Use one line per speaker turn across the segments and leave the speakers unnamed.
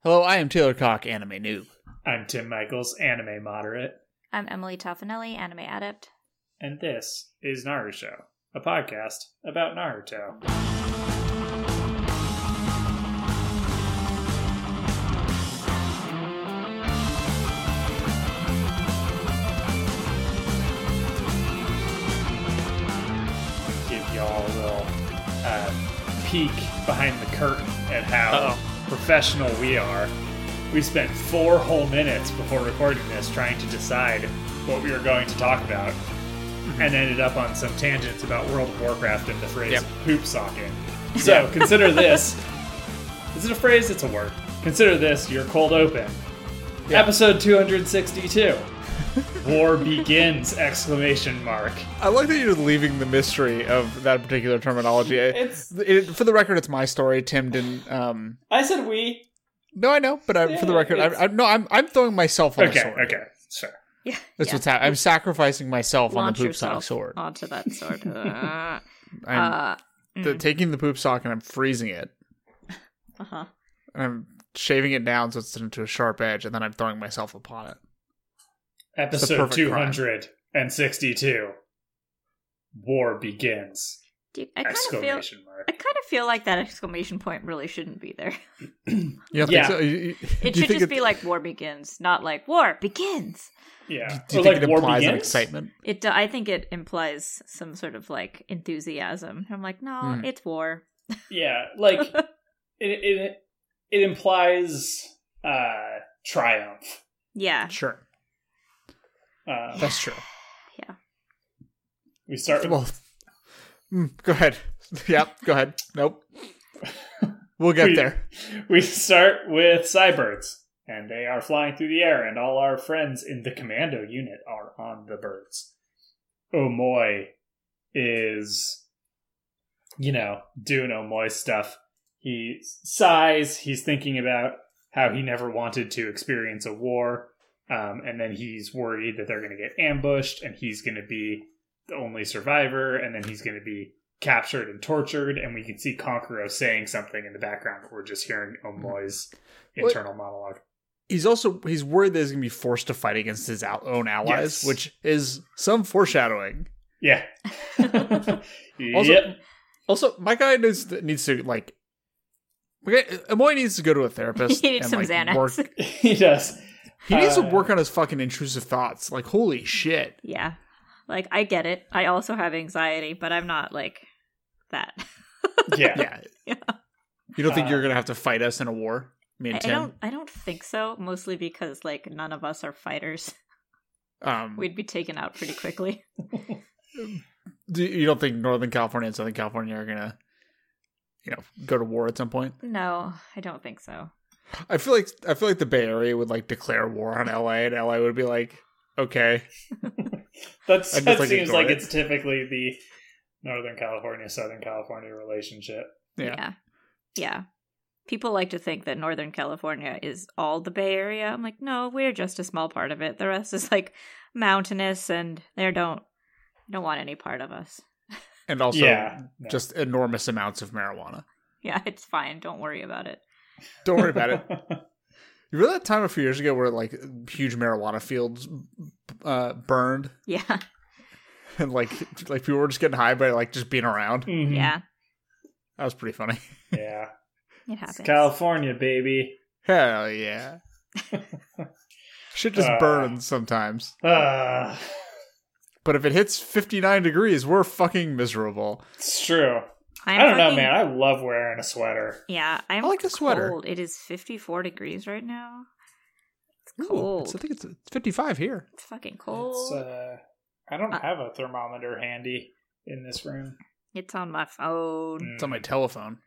Hello, I am Taylor Cock, anime noob.
I'm Tim Michaels, anime moderate,
I'm Emily Toffanelli, anime adept.
and this is Naruto, a podcast about Naruto. Give y'all a little uh, peek behind the curtain at how professional we are. We spent four whole minutes before recording this trying to decide what we were going to talk about and ended up on some tangents about World of Warcraft and the phrase
Yep.
poop socking. So consider this. Is it a phrase? It's a word. Consider this your cold open. Episode 262. War begins! Exclamation mark.
I like that you're leaving the mystery of that particular terminology.
It's-
It- for the record, it's my story. Tim didn't. Um,
I said we.
no, I know, but I, for the
Yeah,
record, I, I, no, I'm I'm throwing myself on the
Okay,
sword.
okay, sure.
Yeah.
That's what's happening. I'm sacrificing myself on
Launch
the poop sock
yourself
sword.
onto that sword. uh uh-huh. mm.
I'm
huh.
th- taking the poop sock and I'm freezing it. And I'm shaving it down so it's into a sharp edge, and then I'm throwing myself upon it.
Episode
perfect crime.
262. War begins!
Dude, I kind of feel.
Exclamation mark.
I kind of feel like that exclamation point really shouldn't be there.
You don't think
Yeah.
so? You- you-
It
do you
should
think
just be like war begins, not like war begins.
Yeah.
Do you
Or
think
like,
it
war
implies an
begins?
excitement?
It. do- I think it implies some sort of like enthusiasm. I'm like, no,
Hmm.
it's war.
Yeah, like it, it it implies uh triumph.
Yeah.
Sure,
Uh,
that's true.
we start with
Well, mm, go ahead. Yep, go ahead. Nope. We'll get
We-
there.
we start with cybirds, and they are flying through the air, and all our friends in the commando unit are on the birds. Omoy is, you know, doing Omoy stuff. He sighs. He's thinking about how he never wanted to experience a war, um, and then he's worried that they're going to get ambushed, and he's going to be the only survivor, and then he's going to be captured and tortured, and we can see Conqueror saying something in the background. But we're just hearing Omoy's
What-
internal monologue.
He's also he's worried that he's gonna be forced to fight against his al- own allies,
Yes.
which is some foreshadowing.
Yeah.
Also,
yep.
also, my guy needs to, needs to like. Okay, Amoy needs to go to a therapist.
He needs
and,
some
like,
Xanax.
Work.
he does.
He needs to
Uh,
work on his fucking intrusive thoughts. Like, holy shit!
Yeah. Like I get it. I also have anxiety, but I'm not like that.
Yeah.
Yeah.
Yeah.
You don't think
Uh,
you're gonna have to fight us in a war, me
I,
and
I
Tim?
don't. I don't think so. Mostly because like none of us are fighters.
um,
We'd be taken out pretty quickly.
do, you don't think Northern California and Southern California are gonna, you know, go to war at some point?
No, I don't think so.
I feel like I feel like the Bay Area would like declare war on LA, and LA would be like, okay,
That's,
I just,
that
like,
seems
ignore
like
it.
it's typically the Northern California Southern California relationship.
yeah,
yeah. Yeah. People like to think that Northern California is all the Bay Area. I'm like, no, we're just a small part of it. The rest is like mountainous, and they don't don't want any part of us.
and also
yeah. no.
just enormous amounts of marijuana.
Yeah, it's fine. Don't worry about it.
Don't worry about it. You remember that time a few years ago where like huge marijuana fields uh, burned
Yeah,
and like like people were just getting high by like just being around.
Mhm.
yeah,
That was pretty funny.
Yeah.
it
It's
happens.
California, baby.
Hell yeah. Shit just
Uh.
burns sometimes.
Ah,
But if it hits 59 degrees, we're fucking miserable.
it's true.
I'm
I do not know,
fucking-
man. I love wearing a sweater.
Yeah, I'm
I like a sweater.
Cold. It is 54 degrees right now.
Ooh,
It's cold.
it's- I think it's it's 55 here.
it's fucking cold.
It's,
It's,
uh, I don't
Oh. Uh,
have a thermometer handy in this room.
on my phone.
It's on my
Mm,
telephone.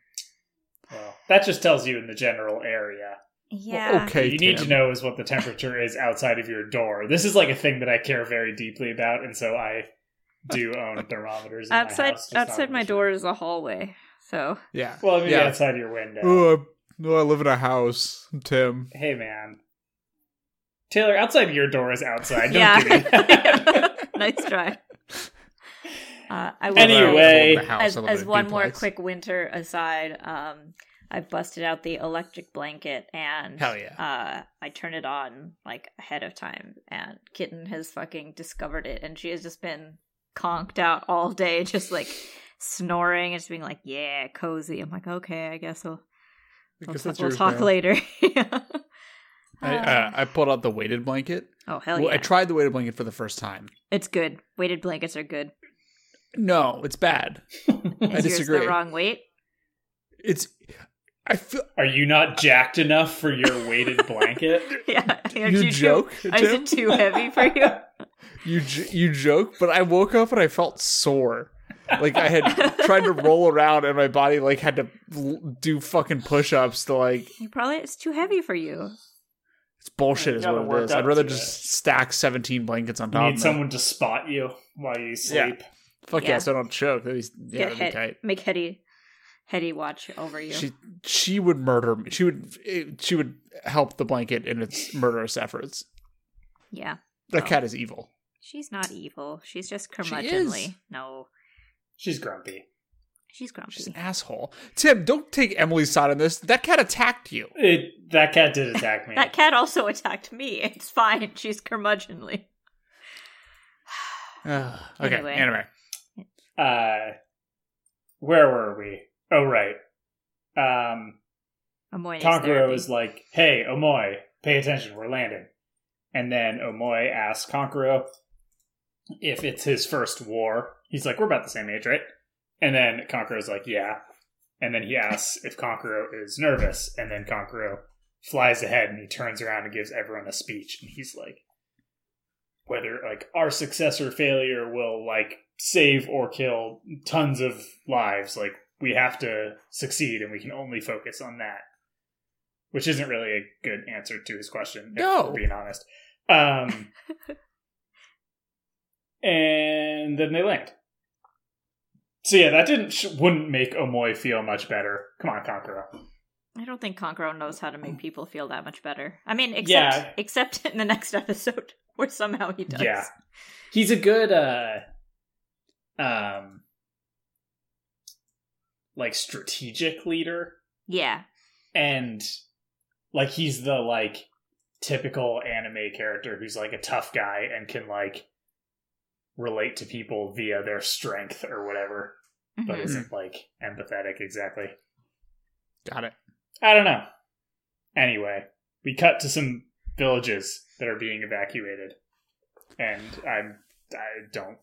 well, that just tells you in the general area.
Yeah.
okay.
what you need
Tim.
to know is what the temperature is outside of your door. This is like a thing that I care very deeply about, and so I do own thermometers in my
Outside
house, just not
outside
in
my
this
door
room.
is a hallway. So
Yeah.
Well, I mean,
Yeah.
outside your window.
Oh, I, no, I live in a house, Tim.
Hey, man. Taylor, outside your door is outside. Don't
Yeah.
do that.
nice try. Uh, I will
I live in a-
Anyway.
I live in a house,
as,
I live in
as
a
one more
duplex.
quick winter aside, um, I've busted out the electric blanket and
Hell yeah.
uh, I turn it on like ahead of time, and Kitten has fucking discovered it, and she has just been conked out all day, just like snoring and just being like, "Yeah, cozy." I'm like, "Okay, I guess we'll we'll,
Because
ta-
that's
we'll
yours
talk
now.
later."
I, uh,
Yeah.
I pulled out the weighted blanket.
oh hell
well,
yeah,
I tried the weighted blanket for the first time.
it's good. Weighted blankets are good.
No, it's bad.
Is yours
disagree.
the wrong weight?
It's I feel
Are you not jacked enough for your weighted blanket?
Yeah, aren't
you
too-
joke.
Is
Tim?
it too heavy for you?
You j- you joke, but I woke up and I felt sore. Like I had tried to roll around and my body like had to l- do fucking push-ups to like
You probably it's too heavy for you.
it's bullshit is
You gotta
what
work
it is.
up
I'd rather
to
just stack 17 blankets on
You
top
need
of
someone to spot you while you sleep.
it. Fuck yeah.
Yeah.
so I don't choke. That'd be, yeah,
Get
that'd be
head,
tight.
make Hetty, Hetty watch over you.
She she would murder me. She would it, she would help the blanket in its murderous efforts.
yeah,
That
Oh.
cat is evil.
she's not evil. She's just
is.
curmudgeonly. no,
She's grumpy.
she's grumpy.
She's an asshole. Tim, don't take Emily's side on this. That cat attacked you.
It that cat did attack me.
that cat also attacked me. It's fine. She's curmudgeonly.
Ugh. okay,
Anyway.
anyway.
uh where were we? Oh right. Um
Amoy needs
Konkuro
therapy.
is like, "Hey, Omoy, pay attention, we're landing." And then Omoy asks Konkuro if it's his first war. He's like, "We're about the same age, right?" And then Konkuro's like, "Yeah." And then he asks if Konkuro is nervous, and then Konkuro flies ahead and he turns around and gives everyone a speech, and he's like, "Whether like our success or failure will like save or kill tons of lives, like." We have to succeed, and we can only focus on that which isn't really a good answer to his question.
No.
if we're being honest. Um, and then they land. So yeah, that didn't sh- wouldn't make Omoy feel much better. Come on, Konkuro.
I don't think Konkoro knows how to make people feel that much better. I mean, except
Mm. Yeah.
except in the next episode where somehow he does.
Yeah. He's a good, uh, um, like strategic leader,
Yeah.
and like he's the like typical anime character who's like a tough guy and can like relate to people via their strength or whatever but
Mhm.
isn't like empathetic exactly.
Got it.
I don't know. Anyway, we cut to some villages that are being evacuated, and I'm I don't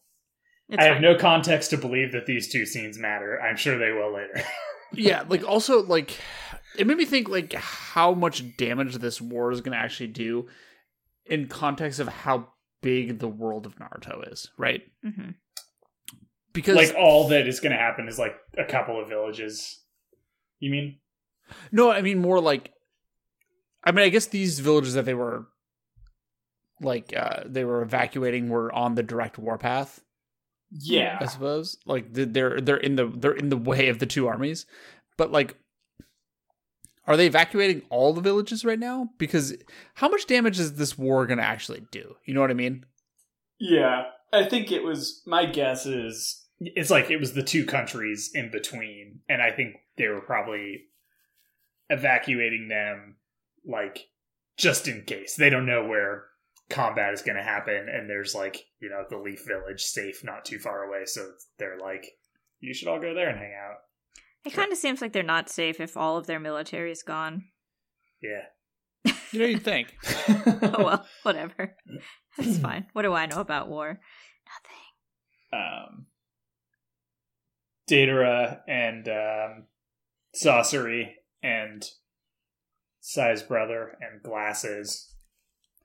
It's
I have
fine.
no context to believe that these two scenes matter. I'm sure they will later.
yeah like also like it made me think like how much damage this war is going to actually do in context of how big the world of naruto is right
Mhm.
because
like all that is going to happen is like a couple of villages. You mean?
no i mean more like i mean i guess these villages that they were like uh they were evacuating were on the direct warpath I
Yeah.
suppose. Like th- they're they're in the they're in the way of the two armies, but like, are they evacuating all the villages right now? Because how much damage is this war gonna actually do? You know what I mean?
Yeah. I think it was my guess is it's like it was the two countries in between and I think they were probably evacuating them like just in case. They don't know where combat is going to happen and there's like, you know, the Leaf village safe not too far away so they're like you should all go there and hang out.
It kind of seems like they're not safe if all of their military is gone.
Yeah.
You know, you'd think.
oh well, whatever. That's fine. What do I know about war? Nothing.
um, Datara and um, Sorcery and Sai's brother and Glasses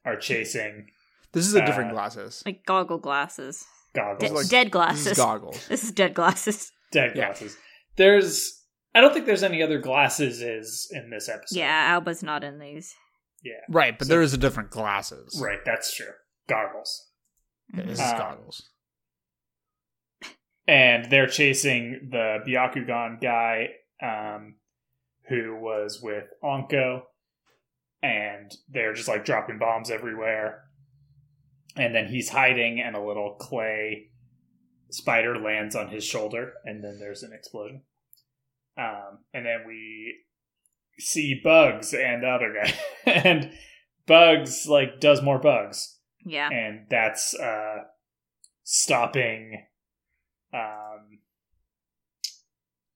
are chasing
This is a different
Uh,
glasses.
Like goggle glasses.
goggles,
Just like- This
dead
is
glasses.
goggles.
This is dead glasses.
dead
yeah.
glasses. There's, I don't think there's any other glasses is in this episode.
Yeah, Alba's not in these.
Right, but
So-
there is a different glasses.
right. That's true. Goggles,
Yeah,
Mm-hmm.
This is
Uh,
goggles.
and they're chasing the Byakugan guy, um, who was with Onko, and they're just like dropping bombs everywhere. And then he's hiding, and a little clay spider lands on his shoulder, and then there's an explosion. Um, and then we see Bugs and the other guy, and Bugs like does more bugs,
Yeah.
and that's uh, stopping um,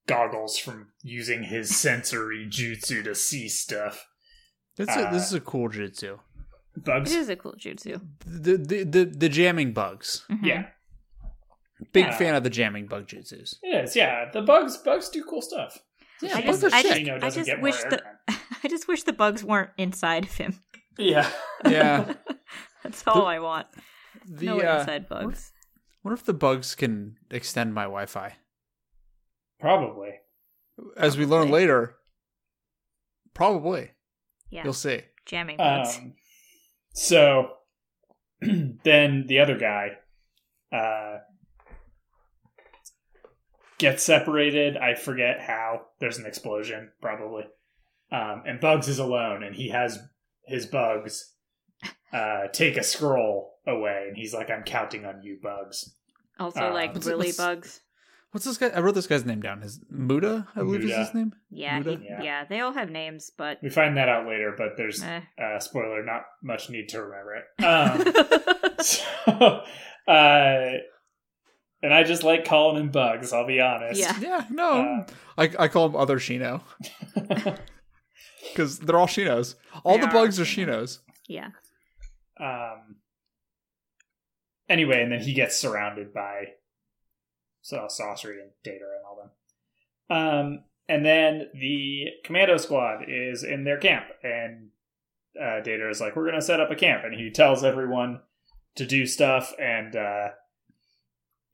Goggles from using his sensory jutsu to see stuff.
That's a, this is a cool jutsu.
It
Bugs,
is a cool jutsu.
The the the, the jamming bugs.
Mhm.
yeah,
Big
Yeah.
fan of the jamming bug jutsus.
it is. Yeah, the bugs, bugs do cool stuff.
Yeah,
I
bugs
just,
are
I
sick.
just,
Gino
I
doesn't
just
get more
wish the
airtime.
I just wish the bugs weren't inside of him.
Yeah,
Yeah.
That's all I want.
The,
no
uh,
inside bugs.
wonder if the bugs can extend my Wi-Fi.
probably.
As we learn
Probably.
later, probably
Yeah,
you'll see.
jamming bugs.
Um, so then the other guy uh, gets separated. I forget how. There's an explosion, probably. Um, and Bugs is alone, and he has his Bugs uh, take a scroll away, and he's like, "I'm counting on you, Bugs."
also,
uh,
like
What's-
really
what's-
bugs.
What's this guy? I wrote this guy's name down. His Muda, I believe is
Muda.
his name.
Yeah,
Muda?
he-
Yeah.
yeah, They all have names, but
We find that out later, but there's
eh.
uh, spoiler. Not much need to remember it. Um,
eh.
so, uh, and I just like calling him Bugs. I'll be honest.
Yeah.
Yeah, no,
Uh,
I I call him other Shino because they're all Shinos. All
They
the
are
bugs are
Shino.
Shinos.
yeah,
um. Anyway, and then he gets surrounded by so Saucery and Data and all them. Um, and then the commando squad is in their camp, and uh, Data is like, "We're gonna set up a camp," and he tells everyone to do stuff. And uh,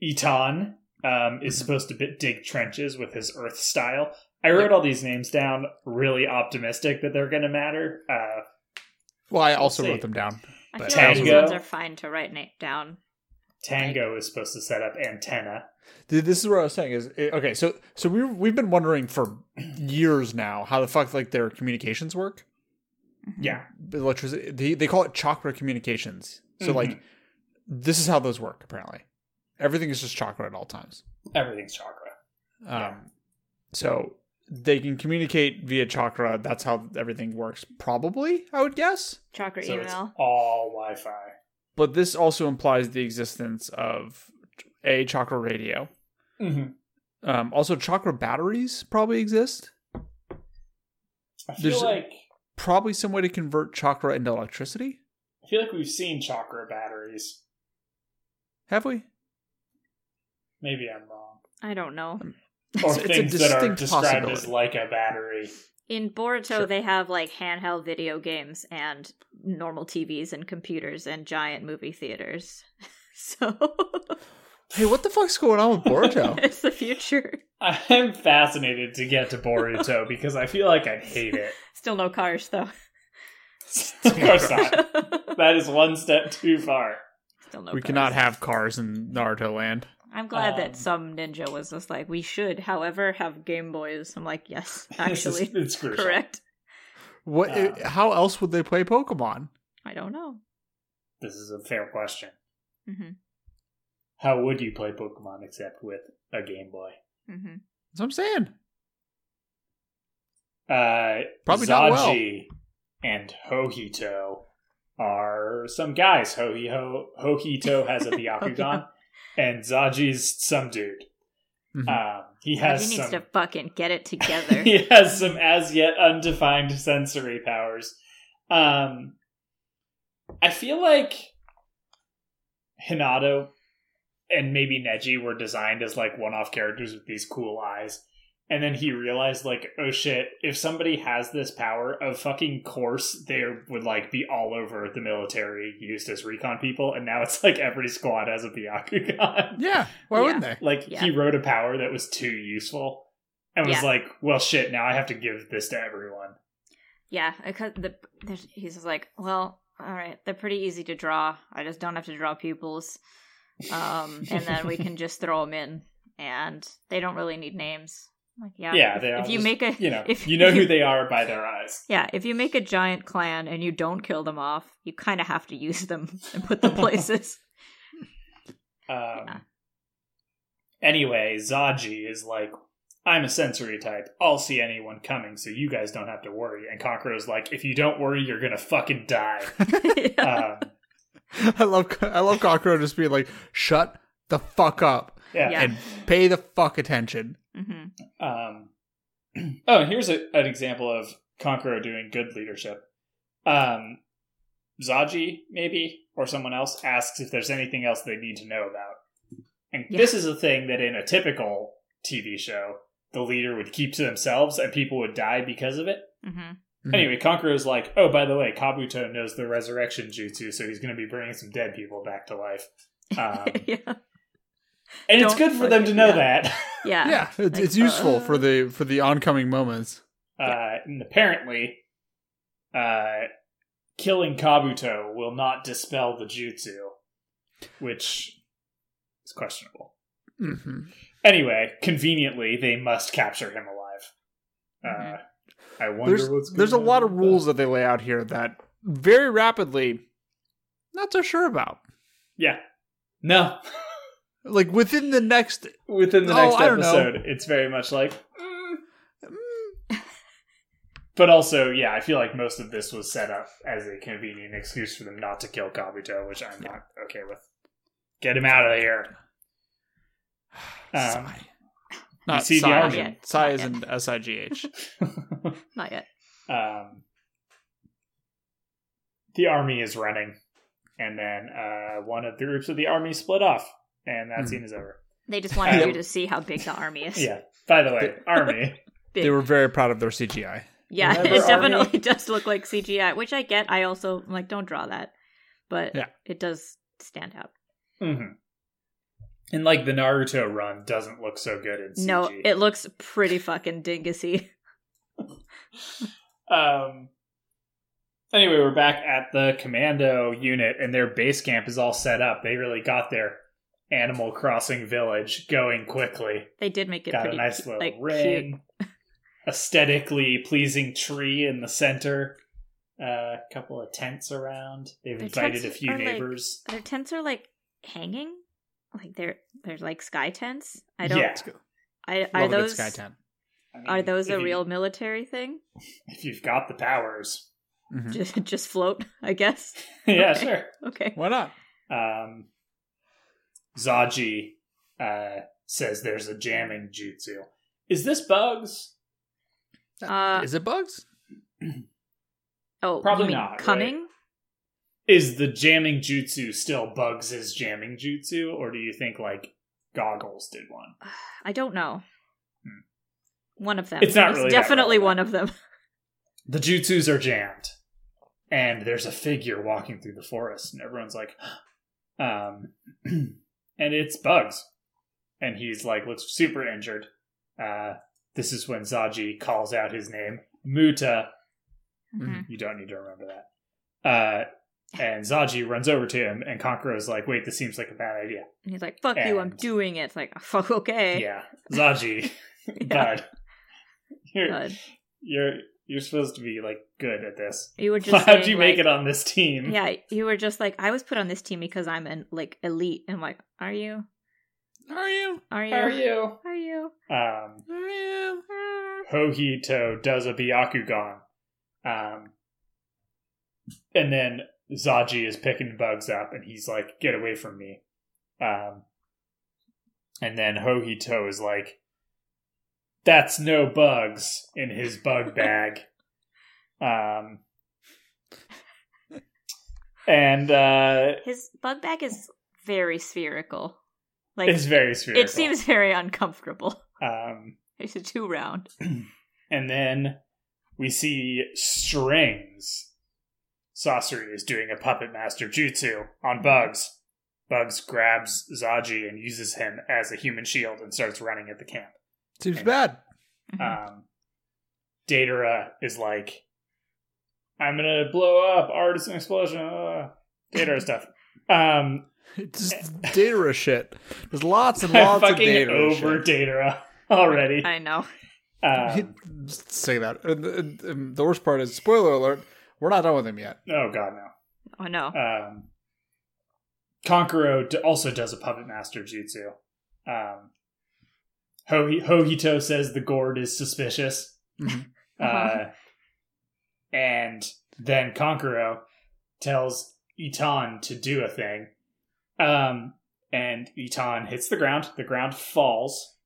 Eton um, is supposed to bi- dig trenches with his Earth style. I wrote all these names down, really optimistic that they're gonna matter. Uh,
Well, I also
see.
wrote them down.
I
But-
feel like these
Tango.
ones are fine to write na- down.
Tango is supposed to set up antenna.
Dude, this is what I was saying. Is eh, okay. So so we we've been wondering for years now how the fuck like their communications work.
Mm-hmm.
Yeah.
Electricity. They, they call it chakra communications. So like,
Mm-hmm.
this is how those work. Apparently, everything is just chakra at all times.
Everything's chakra.
Um,
Yeah.
So they can communicate via chakra. That's how everything works. Probably, I would guess.
Chakra
So it's
email.
all Wi Fi.
But this also implies the existence of a chakra radio.
Mm-hmm.
Um, also, chakra batteries probably exist.
I feel
There's-
like
Probably some way to convert chakra into electricity.
I feel like we've seen chakra batteries.
Have we?
Maybe I'm wrong.
I don't know.
Um, Or
It's- it's a
things that are
distinct
described as
possibility.
like a battery.
In Boruto,
Sure.
they have like handheld video games and normal TVs and computers and giant movie theaters. So
Oh.
Hey, what the fuck's going on with Boruto?
it's the future.
I'm fascinated to get to Boruto because I feel like I'd hate it.
Still no cars though.
of course not.
Still
That is one step too far.
no.
we
cars.
cannot have cars in Naruto Land.
I'm glad
Um,
that some ninja was just like, we should, however, have Game Boys. I'm like, yes,
This is-
actually,
it's crucial.
correct.
What?
Uh.
how else would they play Pokemon?
I don't know.
This is a fair question.
Mm-hmm.
How would you play Pokemon except with a Game Boy?
Mm-hmm.
That's what I'm saying.
Uh,
Probably not well.
Zaji and Hohito are some guys. Hohi Ho Hohito has a Byakugan, and Zaji's some dude.
Mhm.
Um, he
he
has
needs
some.
to fucking get it together.
he has some as yet undefined sensory powers. Um, I feel like Hinato and maybe Neji were designed as like one-off characters with these cool eyes. And then he realized, like, oh shit, if somebody has this power, of fucking course they would like be all over the military used as recon people, and now it's like every squad has a Byakugan.
Yeah. Why
Yeah.
wouldn't they?
Like
Yeah.
he wrote a power that was too useful, and was
Yeah.
like, "Well, shit. Now I have to give this to everyone."
Yeah, because the there's- he's just like, well, all right, they're pretty easy to draw. I just don't have to draw pupils, um, and then we can just throw them in, and they don't really need names. I'm like, yeah,
Yeah,
if,
they all
if you
just-
make a,
You know,
if
you know
if
who they are by their eyes.
yeah, if you make a giant clan and you don't kill them off, you kind of have to use them and put them places.
Um,
Yeah.
Anyway, Um, Zaji is like, I'm a sensory type. I'll see anyone coming, so you guys don't have to worry. And Conqueror's like, if you don't worry, you're gonna fucking die. um,
I love I love Cockroach just being like, shut the fuck up
yeah.
Yeah.
and pay the fuck attention.
hmm
Um, oh, and here's a, an example of Conqueror doing good leadership. Um, Zaji, maybe, or someone else, asks if there's anything else they need to know about. And
Yeah.
this is a thing that in a typical TV show, the leader would keep to themselves and people would die because of it.
hmm
Mhm.
Anyway, Conqueror's like, oh, by the way, Kabuto knows the resurrection jutsu, so he's going to be bringing some dead people back to life. Um,
yeah.
and it's
Don't
good for them to
fucking-
know
yeah.
that.
Yeah.
Yeah, it's,
like,
it's useful
uh,
for the for the oncoming moments.
Uh, and apparently, uh, killing Kabuto will not dispel the jutsu, which is questionable.
hmm
Anyway, conveniently, they must capture him alive. Uh, I wonder
There's
what's
there's a
going
lot
on
of
with
rules
that.
that they lay out here that very rapidly, not so sure about.
Yeah, no.
Like within the next,
Within the
Oh,
next
I don't know.
episode, it's very much like. mm. But also, yeah, I feel like most of this was set up as a convenient excuse for them not to kill Kabuto, which I'm not okay with. Get him out of here. Um,
Sigh. not
see the
sigh,
origin.
and- sigh
Not
is
yet.
in S I G H.
Not yet.
um, the army is running, and then uh, one of the groups of the army split off, and that
Mhm.
scene is over.
They just wanted
Yeah.
you to see how big the army is.
Yeah. By the way, army.
Big.
They were very proud of their CGI.
Yeah,
Remember
it
Army?
definitely does look like CGI, which I get. I also like don't draw that, but
Yeah.
it does stand out.
hmm And like the Naruto run doesn't look so good in CG.
No, it looks pretty fucking dingusy.
Um. Anyway, we're back at the commando unit, and their base camp is all set up. They really got their Animal Crossing village going quickly.
They did make it
got a
pretty
nice
cu-
little
like cute.
ring, aesthetically pleasing tree in the center, a couple of tents around. They've
The
invited a
tents
few
are, like-
neighbors.
Their tents are like hanging, like they're they're like sky tents. I don't.
Yeah.
It's good.
I,
Love
are
a good
those
Sky Town.
I mean,
are those a
if you-
real military thing?
If you've got the powers,
Mhm.
Just just float, I guess.
yeah,
Okay.
sure.
Okay.
Why not?
Um, Zaji uh, says there's a jamming jutsu. Is this bugs?
Uh,
Is it bugs?
probably
oh, probably you mean
not, right?
Coming.
Is the jamming jutsu still bugs' as jamming jutsu, or do you think like goggles did one?
I don't know.
Hmm.
One of them.
It's not
It was
really that
definitely
relevant.
one of them.
the jutsus are jammed and there's a figure walking through the forest and everyone's like um and it's bugs and he's like looks super injured uh this is when zaji calls out his name muta
Mhm.
you don't need to remember that uh and zaji runs over to him and Conqueror's like wait this seems like a bad idea
And he's like, "Fuck you, I'm
And-
doing it." It's like, "Fuck, okay."
yeah zaji
Eh. Yeah. Uh,
bud you're,
God.
you're you're supposed to be like good at this
You were just.
how'd
saying,
you make
like-
it on this team
Yeah, you were just like, "I was put on this team because I'm an like elite." And I'm like, "Are you?
Are you?
Are you?
how are you
Are you?"
um,
Are you?
Ah.
Hohito does a Byakugan. Um, and then Zaji is picking bugs up and he's like, get away from me. Um, and then Hohito is like, that's no bugs in his bug bag. um, and uh,
His bug bag is very spherical. Like
it's very spherical.
it seems very uncomfortable.
Um,
It's a two round.
And then we see strings. Sorcery is doing a puppet master jutsu on Bugs. Bugs grabs Zaji and uses him as a human shield and starts running at the camp.
Seems
Yeah.
bad.
Mhm.
Um, Datara is like, I'm gonna blow up artisan explosion. Uh, Datara stuff. Um,
It's just data shit. There's lots and
I'm
lots of
fucking
data.
over Datara already.
I know.
Um,
Say that. And, and- and the worst part is, spoiler alert: we're not done with him yet.
oh god, no.
I know.
Um, Conqueror d- also does a puppet master jutsu. Um, Ho- Hohito says the gourd is suspicious.
Mhm.
Uh, and then Konkuro tells Itan to do a thing. Um, and Itan hits the ground. The ground falls.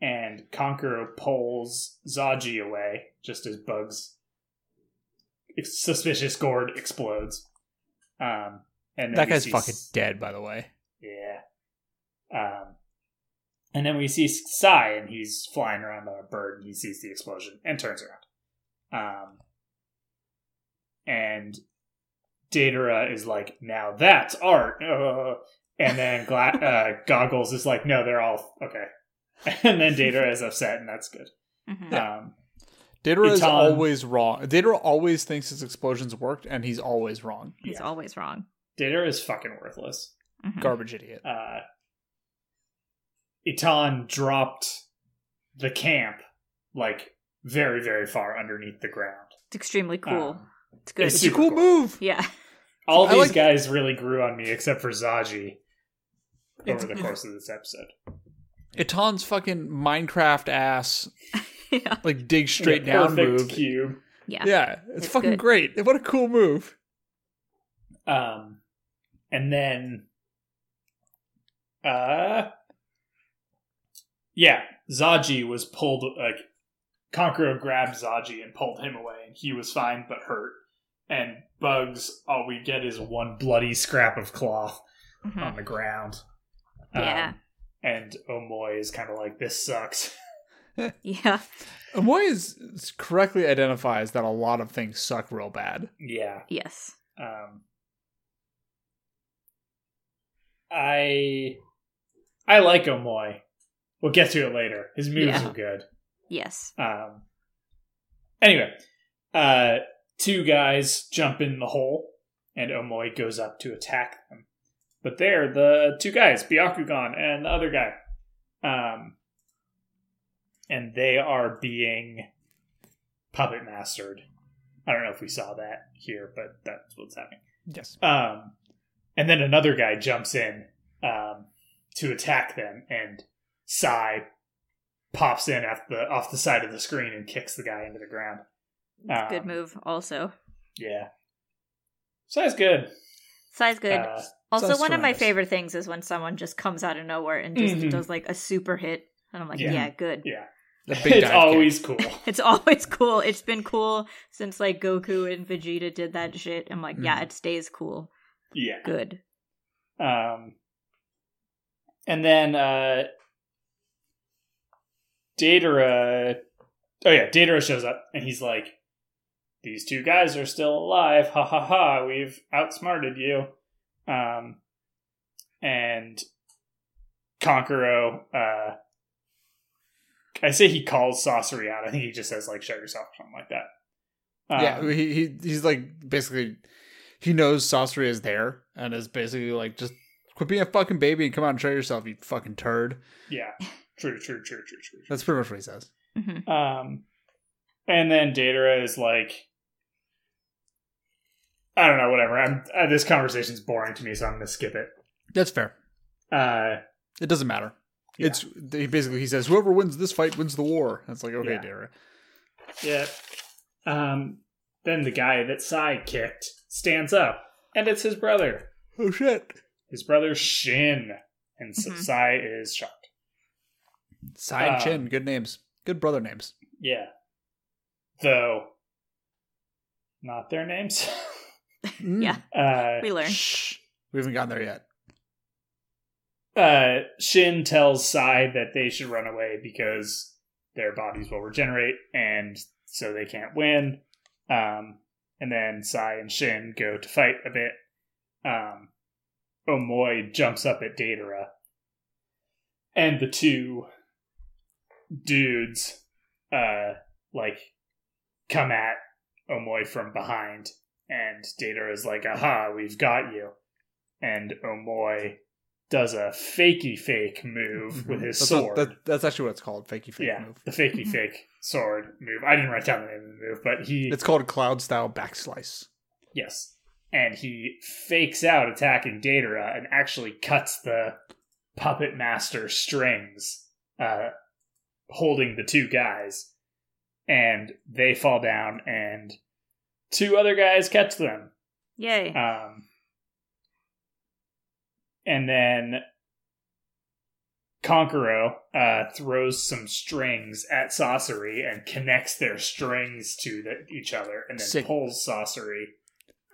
And Konkuro pulls Zaji away just as Bug's ex- suspicious gourd explodes. Um, and then
that
we
guy's
see
fucking
s-
dead, by the way.
yeah. Um, and then we see Sai, and he's flying around on a bird, and he sees the explosion and turns around. Um, and Datera is like, "Now that's art." Uh, and then Gla- uh, Goggles is like, "No, they're all okay." And then Datera is upset, and that's good.
Mhm.
Um,
Datera is
Itan-
always wrong. Datera always thinks his explosions worked, and he's always wrong.
He's
yeah.
always wrong.
Datera is fucking worthless.
Mhm.
Garbage idiot.
uh, Itan dropped the camp like very, very far underneath the ground.
It's extremely cool.
Um,
it's good.
It's a
super
cool
cool.
move.
yeah.
all
I
these
like-
guys really grew on me except for Zaji over
It's-
the course of this episode.
Itan's fucking Minecraft ass,
yeah.
like dig straight
Yeah,
down
perfect
move.
cube.
Yeah.
Yeah, it's,
It's
fucking
good.
great. What a cool move.
Um, and then, uh, yeah, Zaji was pulled. Like, Conqueror grabbed Zaji and pulled him away, and he was fine but hurt. And Bugs, all we get is one bloody scrap of cloth
Mhm.
on the ground. Um,
Yeah.
And Omoy is kind of like, "This sucks."
Yeah.
Amoy is, is correctly identifies that a lot of things suck real bad.
yeah.
Yes.
Um, I I like Omoy. We'll get to it later. His moves
Yeah.
are good.
Yes.
Um, anyway, uh, two guys jump in the hole, and Omoy goes up to attack them. But there, the two guys, Byakugan and the other guy, um, and they are being puppet mastered. I don't know if we saw that here, but that's what's happening.
Yes.
Um, and then another guy jumps in um, to attack them, and Sai pops in off the off the side of the screen and kicks the guy into the ground. Um,
good move. Also,
Yeah, Sai's good.
size good.
Uh,
also,
Size
one of my
tremendous.
favorite things is when someone just comes out of nowhere and just
Mhm.
does like a super hit, and I'm like,
Yeah.
yeah, good.
yeah,
The big
it's
dive kick.
always cool.
It's always cool. It's been cool since like Goku and Vegeta did that shit. I'm like, yeah,
Mhm.
it stays cool.
Yeah.
Good.
Um, and then uh, Datera. Oh yeah, Datera shows up and he's like, "These two guys are still alive. Ha ha ha! We've outsmarted you." Um, and Konkuro. Uh, I say he calls Saucery out. I think he just says like, "Shut yourself" or something like that.
yeah,
Um,
he, he he's like basically he knows Sasori is there and is basically like just quit being a fucking baby and come out and show yourself, you fucking turd.
yeah. True, true, true, true, true.
That's pretty much what he says.
Mhm.
Um, and then Datera is like, I don't know, whatever. I'm uh, this conversation's boring to me, so I'm gonna skip it.
That's fair.
Uh,
It doesn't matter.
Yeah.
It's he basically he says whoever wins this fight wins the war. That's like okay,
Yeah.
Dara.
yeah. Um, then the guy that Sai kicked stands up, and it's his brother.
Oh shit.
His brother Shin, and so
Mhm.
Sai is shocked.
Sai and
Uh,
Chin, good names. Good brother names.
Yeah, though not their names.
Mm.
Yeah.
uh,
We learn.
Shh. We haven't gotten there yet.
uh, Shin tells Sai that they should run away because their bodies will regenerate and so they can't win. Um, and then Sai and Shin go to fight a bit. Um, Omoy jumps up at Datera. And the two dudes, uh, like, come at Omoy from behind. And Datera is like, aha, we've got you. And Omoy does a fakey fake move with his
That's
sword.
What, that, that's actually what it's called. Fakey fake
yeah,
move. Mm-hmm.
the fakey
Mhm.
fake sword move. I didn't write down the name of the move, but he
It's called cloud style backslice.
yes, and he fakes out attacking Datera and actually cuts the puppet master strings uh, holding the two guys, and they fall down, and two other guys catch them.
Yay.
Um, and then Conquero uh, throws some strings at Sorcery and connects their strings to the, each other, and then
Sick.
pulls Sorcery.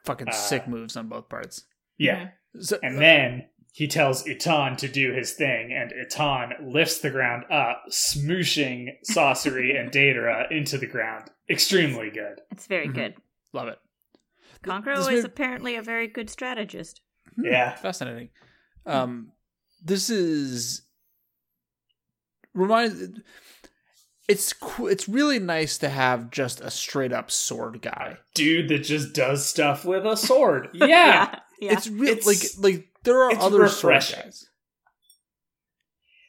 Fucking
Uh,
sick moves on both parts.
Yeah,
Mm-hmm.
So,
and then he tells Itan to do his thing, and Itan lifts the ground up, smooshing Sorcery and Daedra into the ground. Extremely good.
It's very
Mhm.
good.
love it.
Conqueror
This
is
move-
apparently a very good strategist.
Hmm,
Yeah.
fascinating.
Hmm.
Um, this is reminds. It's qu- it's really nice to have just a straight up sword guy.
Dude that just does stuff with a sword. Yeah.
Yeah.
It's real
It's-
like like there are
it's
other
refreshing.
sword guys.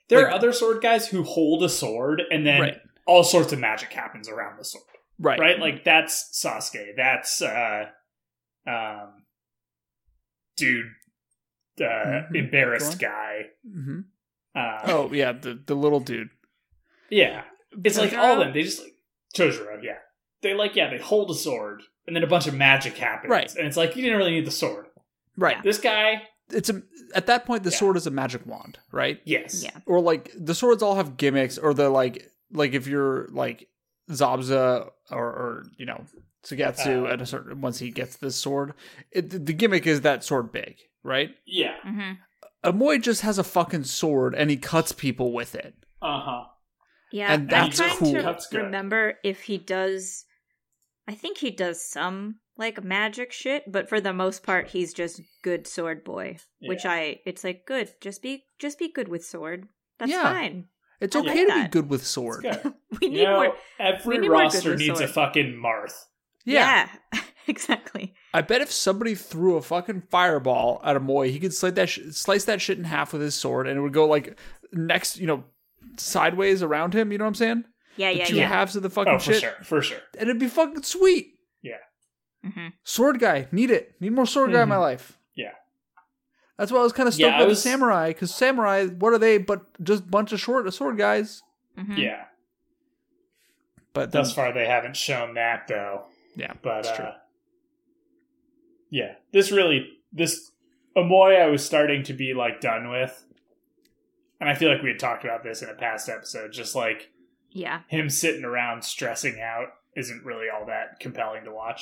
There are
Like-
other sword guys who hold a sword, and then
Right.
all sorts of magic happens around the sword.
Right.
Right? Like, that's Sasuke. That's, uh, um, dude, uh,
Mm-hmm.
Mhm.
embarrassed
Go
guy.
hmm
Um,
Oh yeah, the the little dude.
Yeah. It's like
Chojuro?
all of them. They just like Chojuro, yeah. They like yeah, they hold a sword, and then a bunch of magic happens.
Right.
And it's like you didn't really need the sword.
Right.
This guy,
It's a at that point the
Yeah.
sword is a magic wand, right?
yes.
yeah.
Or like the swords all have gimmicks, or they're like like if you're like Zabza or or you know Sugetsu
Uh,
at a certain once he gets this sword, it, the gimmick is that sword big, right?
Yeah.
hmm
Amoy just has a fucking sword and he cuts people with it.
Uh-huh.
Yeah.
And
I'm
that's
trying
cool.
to
That's good.
remember if he does. I think he does some like magic shit, but for the most part, he's just good sword boy. Which
Yeah.
I, it's like good. Just be, just be good with sword. That's
Yeah.
fine.
It's
I like
okay to be
that.
good with
It's
sword.
good.
We need
You know,
more.
every
we need more
roster
goodness
needs a
sword.
fucking Marth.
yeah.
yeah. exactly.
I bet if somebody threw a fucking fireball at Amoy, he could slice that sh- slice that shit in half with his sword, and it would go like next, you know, sideways around him. You know what I'm saying?
Yeah,
the
yeah,
two
yeah.
halves of the fucking
Oh, for
shit,
sure. For sure.
and it'd be fucking sweet.
hmm
Sword guy, need it. Need more sword guy in my
Mhm.
life.
Yeah.
That's why I was kind of
Yeah,
stoked
I
about
was-
the samurai, because samurai, what are they but just bunch of short sword guys?
hmm
Yeah.
But then,
Thus far they haven't shown that though.
yeah,
But
that's true.
uh, yeah, this really this Amoy I was starting to be like done with, and I feel like we had talked about this in a past episode. Just like
Yeah.
him sitting around stressing out isn't really all that compelling to watch.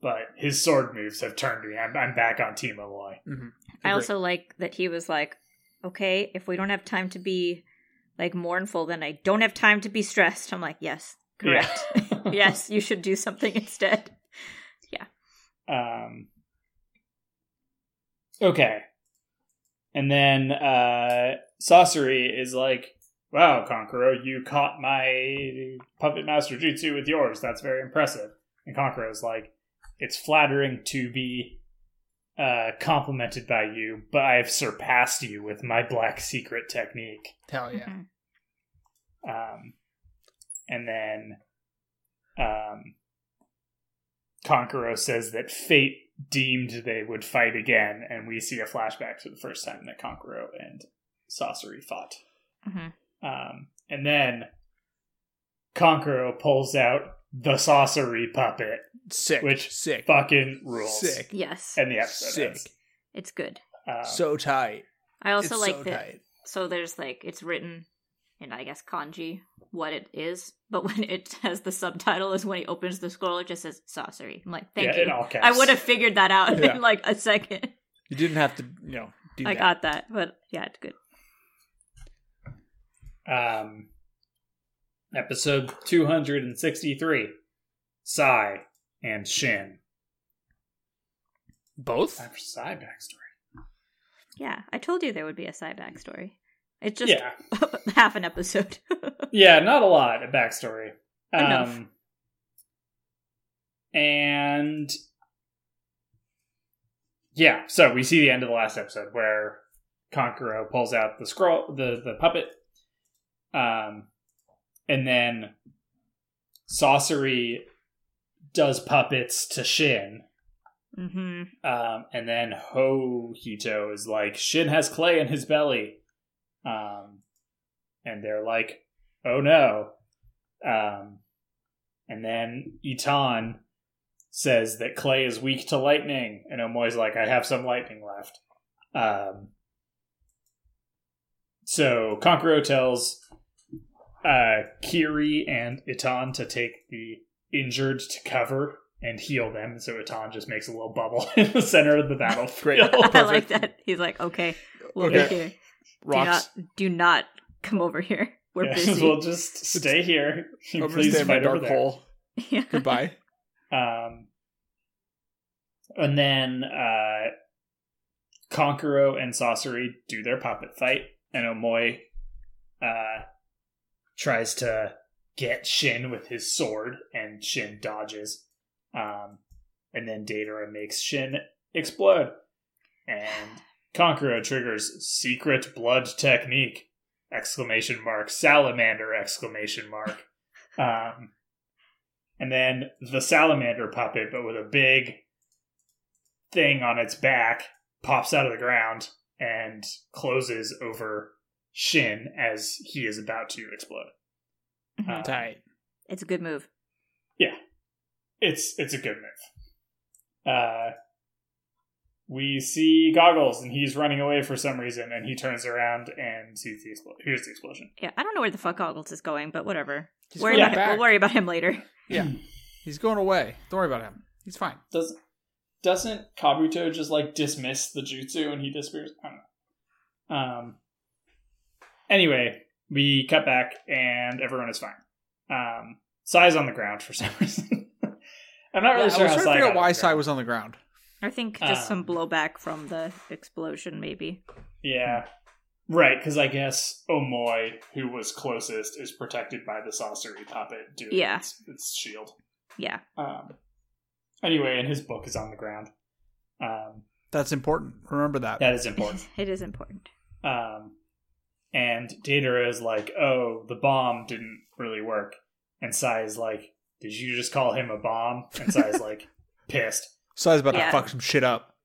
But his sword moves have turned me. I'm, I'm back on Team Amoy.
Mm-hmm.
I
Agree.
also like that he was like, okay, if we don't have time to be like mournful, then I don't have time to be stressed. I'm like, yes, correct. yes, you should do something instead.
Um, okay. And then uh, Sorcery is like, wow, Konkuro, you caught my Puppet Master Jutsu with yours. That's very impressive. And Konkuro's like, it's flattering to be uh, complimented by you, but I have surpassed you with my Black Secret technique.
Hell yeah.
Mhm.
Um, and then um, Konkoro says that fate deemed they would fight again, and we see a flashback to the first time that Konkoro and Sorcery fought.
Mhm.
Um, and then Konkoro pulls out the Sorcery puppet,
Sick.
Which
sick.
fucking rules.
Sick.
Yes,
And the episode
Sick.
ends.
it's good.
Um,
so tight.
I also
it's
like
so
that.
tight.
So there's like it's written in I guess kanji what it is, but when it has the subtitle is when he opens the scroll, it just says sorcery. I'm like, thank
yeah, in
you.
all caps.
I would have figured that out
Yeah.
in like a second.
You didn't have to, you know, do
I
that.
got that, but yeah, it's good.
Um, episode 263 Sai and Shin.
both.
Time for Sai backstory.
Yeah, I told you there would be a side backstory. It's just
yeah.
half an episode.
Yeah, not a lot of backstory.
Enough.
Um, and yeah, so we see the end of the last episode where Konkuro pulls out the scroll, the the puppet, um, and then Sorcery does puppets to Shin,
mm-hmm.
Um, and then Hohito is like, Shin has clay in his belly. Um, and they're like, oh no. Um, and then Etan says that Clay is weak to lightning, and Omoi's like, I have some lightning left. Um, so Konkuro tells uh, Kiri and Itan to take the injured to cover and heal them. So Itan just makes a little bubble in the center of the battlefield.
Great.
I like
Perfect.
that. He's like, okay, we'll
Okay.
be here.
Rocks.
Do not do not come over here. We're
Yeah,
busy.
We'll just stay here. You
I'm gonna
please
stay in my
fight over
dark
there.
hole.
yeah.
Goodbye.
Um, and then uh, Konkuro and Sorcery do their puppet fight, and Omoy uh, tries to get Shin with his sword, and Shin dodges. Um, and then Datara makes Shin explode, and Konkuro triggers secret blood technique! Exclamation mark! Salamander! Exclamation mark! Um, and then the salamander puppet, but with a big thing on its back, pops out of the ground and closes over Shin as he is about to explode.
Mhm.
Uh,
Tight.
it's a good move.
It's it's a good move. Uh, we see goggles, and he's running away for some reason, and he turns around and sees the explosion. Here's the explosion.
Yeah, I don't know where the fuck Goggles is going, but whatever.
He's
Worry
going
about him.
back.
We'll worry about him later.
Yeah. He's going away. Don't worry about him. He's fine.
Does doesn't Kabuto just like dismiss the jutsu and he disappears? I don't know. Um. Anyway, we cut back and everyone is fine. Um, Sai's on the ground for some reason. I'm not
Yeah, I
really
was
sure
trying
how
to
Sai
figure
got
out why
on the
Sai
ground.
was on the ground.
I think just some
Um,
blowback from the explosion, maybe.
Yeah. Right, because I guess Omoy, who was closest, is protected by the sorcery puppet doing
Yeah.
its, its shield.
Yeah.
Um, anyway, and his book is on the ground. Um,
That's important. Remember that.
that is important.
it is important.
Um, and Datara is like, oh, the bomb didn't really work. And Sai is like, did you just call him a bomb? And Sai is like, pissed.
Sai's about
Yeah.
to fuck some shit up.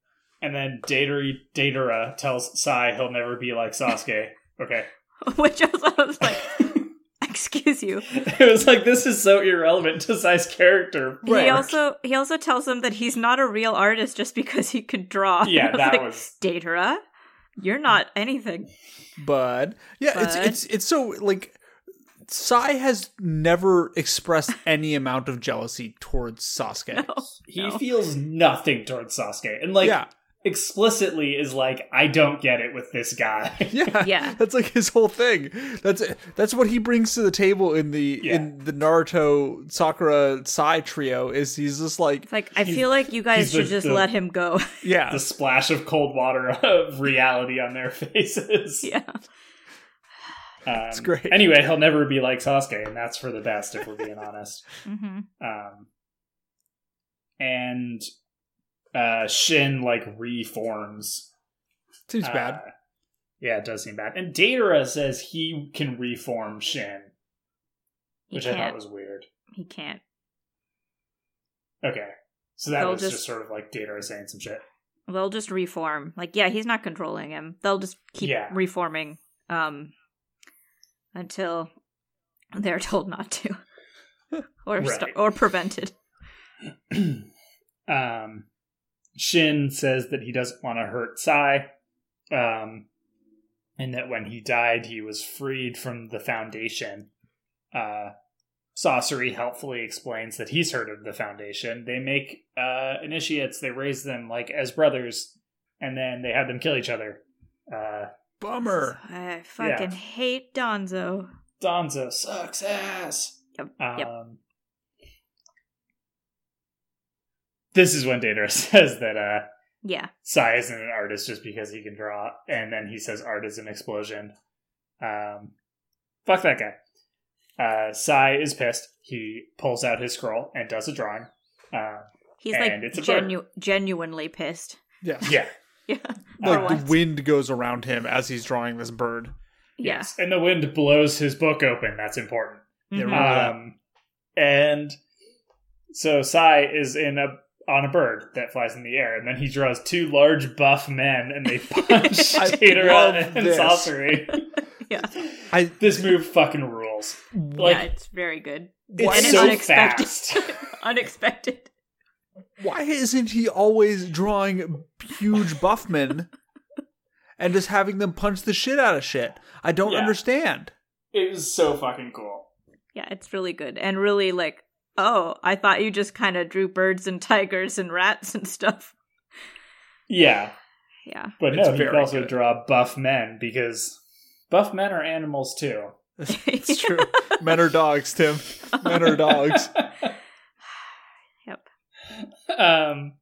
And then Datara, Datara tells Sai he'll never be like Sasuke. Okay.
Which also I was like, excuse you.
it was like, this is so irrelevant to Sai's character.
He also he also tells him that he's not a real artist just because he could draw.
Yeah,
And I
that
like,
was.
Datara, you're not anything.
Bud. Yeah, it's
Bud.
it's it's so like Sai has never expressed any amount of jealousy towards Sasuke.
No.
He
No.
feels nothing towards Sasuke. And, like,
yeah,
explicitly is like, I don't get it with this guy.
yeah,
Yeah.
That's like his whole thing. That's that's what he brings to the table in the
Yeah.
in the Naruto Sakura Sai trio. Is he's just like
It's like I
He's-
feel like you guys
he's the-
should just
the-
let him go.
yeah,
the splash of cold water of reality on their faces.
yeah.
Um,
It's great.
Anyway, he'll never be like Sasuke, and that's for the best if we're being honest.
hmm
Um, and uh, Shin like reforms.
seems
Uh,
bad.
Yeah, it does seem bad. And Datara says he can reform Shin,
He
which I thought
can't.
was weird.
He can't.
Okay, so that
They'll
was just...
just-
sort of like Datara saying some shit.
They'll just reform. Like, yeah, he's not controlling him. They'll just keep
Yeah.
reforming um, until they're told not to, or
Right.
sta- or prevented.
um, Shin says that he doesn't want to hurt Sai, um, and that when he died, he was freed from the Foundation. Uh, Sorcery helpfully explains that he's heard of the Foundation. They make uh, initiates, they raise them like as brothers, and then they have them kill each other. Uh,
Bummer.
I fucking hate Donzo.
Donzo sucks ass.
Yep,
Um,
yep.
This is when Datara says that uh,
Yeah,
Sai isn't an artist just because he can draw, and then he says art is an explosion. Um, fuck that guy. Uh, Sai is pissed. He pulls out his scroll and does a drawing. Uh,
he's
And
like
it's a bird.
genu- genuinely pissed.
Yeah,
yeah.
Yeah,
like
for
the
once.
wind goes around him as he's drawing this bird.
yeah.
And the wind blows his book open. That's important.
Yeah,
Mhm.
right. that.
Um, and so Sai is in a on a bird that flies in the air, and then he draws two large buff men, and they punch
I
Datara
love
and
this.
Sorcery.
yeah.
I-
this move fucking rules.
yeah,
Like
it's very good.
Why-
and
it's
it's
so
unexpected.
fast.
unexpected.
Why isn't he always drawing huge buffmen and just having them punch the shit out of shit? I don't
Yeah.
understand.
It was so fucking cool.
Yeah, it's really good and really like. Oh, I thought you just kind of drew birds and tigers and rats and stuff.
Yeah,
Yeah,
but
It's
no, you could
very
also
good.
draw buff men because buff men are animals too.
It's true. Men are dogs, Tim. Men are dogs.
Yep.
Um,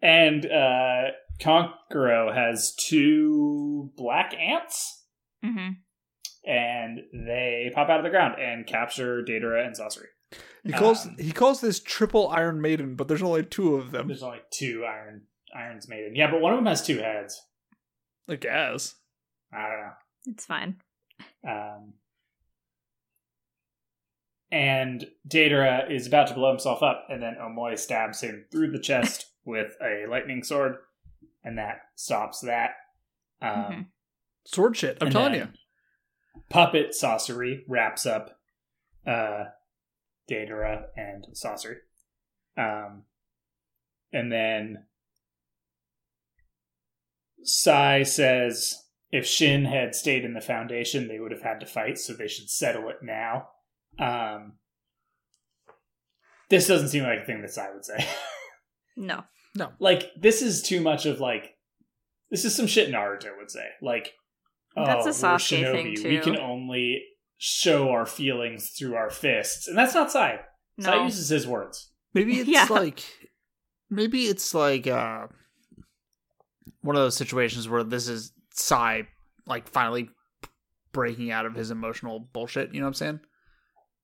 and uh, Conquero has two black ants,
hmm
and they pop out of the ground and capture Datera and Sorcery.
He calls
Um,
he calls this triple Iron Maiden, but there's only two of them.
There's only two Iron Irons Maiden. Yeah, but one of them has two heads.
I guess.
I don't know.
It's fine.
Um, and Datera is about to blow himself up, and then Omoy stabs him through the chest with a lightning sword, and that stops that. Um,
Mhm.
Sword shit. I'm
and
telling
then Puppet Sorcery wraps up uh, Datera and Sorcery. Um, and then Sai says if Shin had stayed in the Foundation, they would have had to fight, so they should settle it now. Um, this doesn't seem like a thing that Sai would say.
No.
like, this is too much of like, this is some shit Naruto would say. Like, oh,
That's a
we're
Sasuke thing,
shinobi. We
too."
can only show our feelings through our fists, and that's not Sai. Sai
No.
uses his words.
you. Maybe it's
Yeah.
like maybe it's like uh one of those situations where this is Psy like finally breaking out of his emotional bullshit, you know what I'm saying?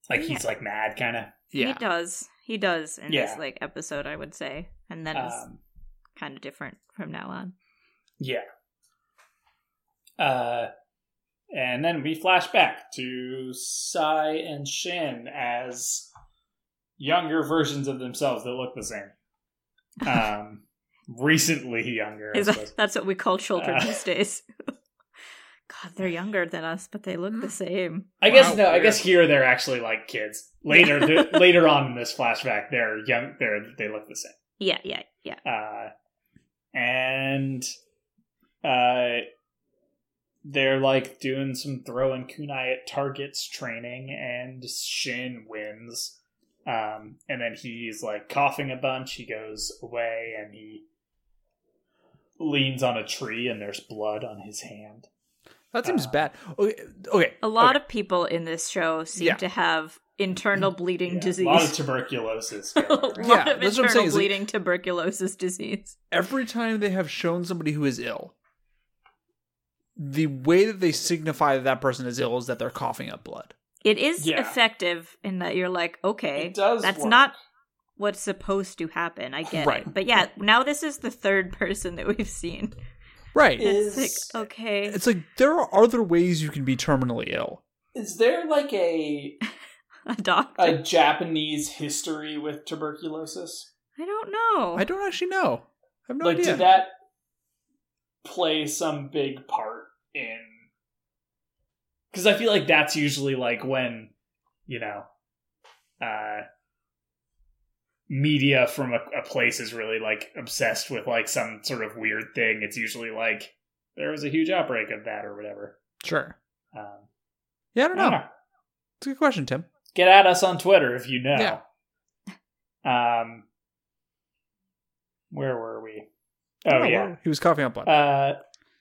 Like
Yeah.
he's like mad, kind of.
Yeah.
He does. He does in
Yeah.
this like episode, I would say. And then it's
Um,
kind of different from now on.
yeah. Uh, and then we flash back to Sai and Shin as younger versions of themselves that look the same. Um, recently younger. I
Is
suppose.
that, that's what we call children
Uh.
these days. God, they're younger than us, but they look the same.
I guess
Wow,
no. I
weird.
guess here they're actually like kids. Later, th- later on in this flashback, they're young. They're they look the same.
Yeah, yeah, yeah.
Uh, and uh, they're like doing some throwing kunai at targets training, and Shin wins. Um, and then he's like coughing a bunch. He goes away, and he leans on a tree, and there's blood on his hand.
That seems
Uh,
bad. Okay okay.
A lot of people in this show seem
Yeah.
to have internal bleeding
Yeah,
disease.
A lot of tuberculosis.
A
going around.
lot of,
Yeah, that's what I'm
internal
saying, is like-
bleeding tuberculosis disease.
every time they have shown somebody who is ill, the way that they signify that that person is ill is that they're coughing up blood.
It is
Yeah.
effective in that you're like, okay,
It does.
That's
work.
not what's supposed to happen. I get
Right.
it. But yeah, now this is the third person that we've seen.
Right.
Is-
It's like, okay.
It's like there are other ways you can be terminally ill.
Is there like a
a doctor.
a Japanese history with tuberculosis?
I don't know.
I don't actually know. I have no
like,
idea.
did that play some big part in? Because I feel like that's usually like when you know, uh, media from a, a place is really like obsessed with like some sort of weird thing. It's usually like there was a huge outbreak of that or whatever.
sure.
Um,
Yeah, I don't
I don't
know.
know.
It's a good question, Tim.
get at us on Twitter if you know. Um, where were we? Oh
Oh,
yeah.
wow. He was coughing up blood.
Uh,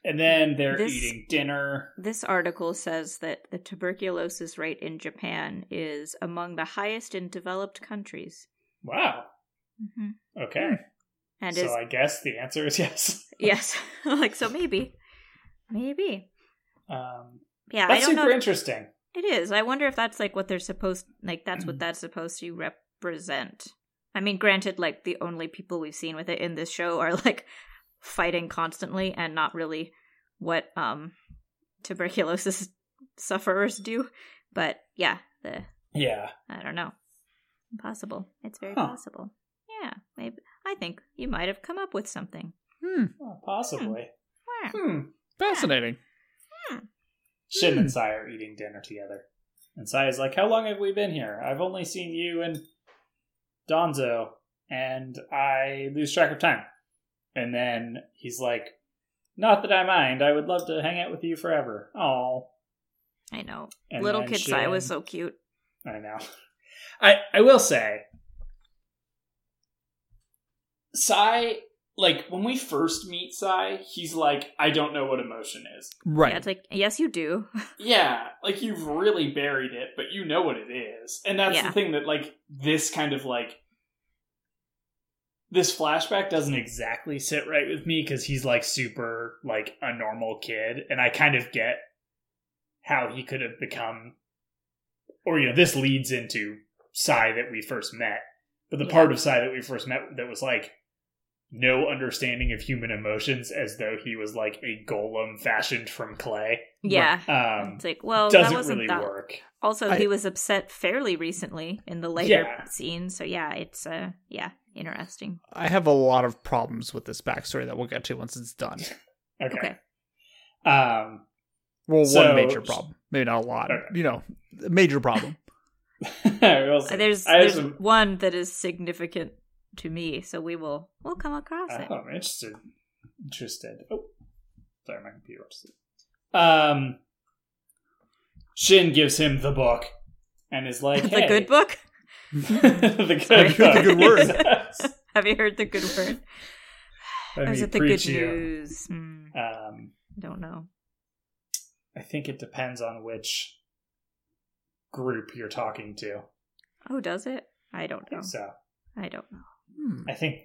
and then they're
This-
eating dinner.
This article says that the tuberculosis rate in Japan is among the highest in developed countries.
Wow.
Mm-hmm.
Okay.
And
so
is
I guess the answer is yes.
yes, like so maybe, maybe.
Um,
Yeah,
that's
I don't
super
know.
interesting.
It is. I wonder if that's like what they're supposed like that's
Mm.
what that's supposed to represent. I mean, granted, like the only people we've seen with it in this show are like fighting constantly and not really what um tuberculosis sufferers do. But yeah, the
Yeah.
I don't know. Impossible. It's very
Huh.
possible. Yeah, maybe I think you might have come up with something.
Hmm.
Hmm. Well, possibly.
Wow.
Hmm.
Fascinating.
Shin
Hmm.
and Sai are eating dinner together. And Sai is like, How long have we been here? I've only seen you and Donzo, and I lose track of time. And then he's like, Not that I mind. I would love to hang out with you forever. Aw.
I know.
And
Little
then
kid Sai was
Shin-
so cute.
I know. I I will say, Sai, like when we first meet Sai, he's like, I don't know what emotion is.
Yeah,
Right.
it's like, yes, you do.
Yeah, like you've really buried it, but you know what it is, and that's
Yeah.
the thing that like this kind of like this flashback doesn't exactly sit right with me because he's like super like a normal kid, and I kind of get how he could have become, or you know, this leads into Psy that we first met, but the
Yeah.
part of Psy that we first met that was like no understanding of human emotions as though he was like a golem fashioned from clay
Yeah.
um,
It's like, well, Oh, that
doesn't
wasn't
really
that.
work.
Also,
I-
he was upset fairly recently in the later
Yeah.
scene. So yeah, it's uh, yeah, interesting.
I have a lot of problems with this backstory that we'll get to once it's done.
Okay. Um,
Well,
So-
one major problem. Maybe not a lot.
Okay.
You know, a major problem.
I will say-
Uh, There's
I have
there's
some-
one that is significant to me, so we will we'll come across it.
oh, I'm interested. Interested. Oh, sorry, my computer. just- Um, Shin gives him the book and is like,
the
hey.
good book.
the
Sorry.
good book.
The good word.
Have you heard the good word?
Let
or is
me
it the
preach
good
you.
news? Hmm,
Um,
don't know.
I think it depends on which group you're talking to.
Oh, does it? I don't know.
So
I don't know.
Hmm.
I think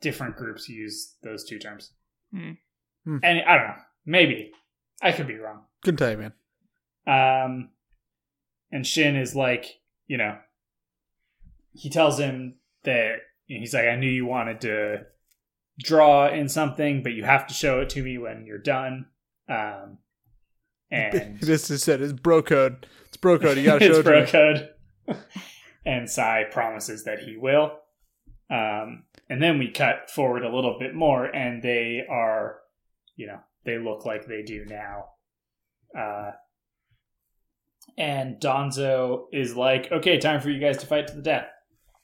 different groups use those two terms.
Hmm.
Hmm.
And I don't know. Maybe. I could be wrong.
Couldn't tell you, man.
Um, and Shin is like, you know, he tells him that he's like, I knew you wanted to draw in something, but you have to show it to me when you're done. Um, and
this is it. It's bro code. It's bro code. You gotta show
it's
it to
bro
me.
code. and Sai promises that he will. Um, and then we cut forward a little bit more, and they are, you know, they look like they do now. Uh, and Donzo is like, okay, time for you guys to fight to the death.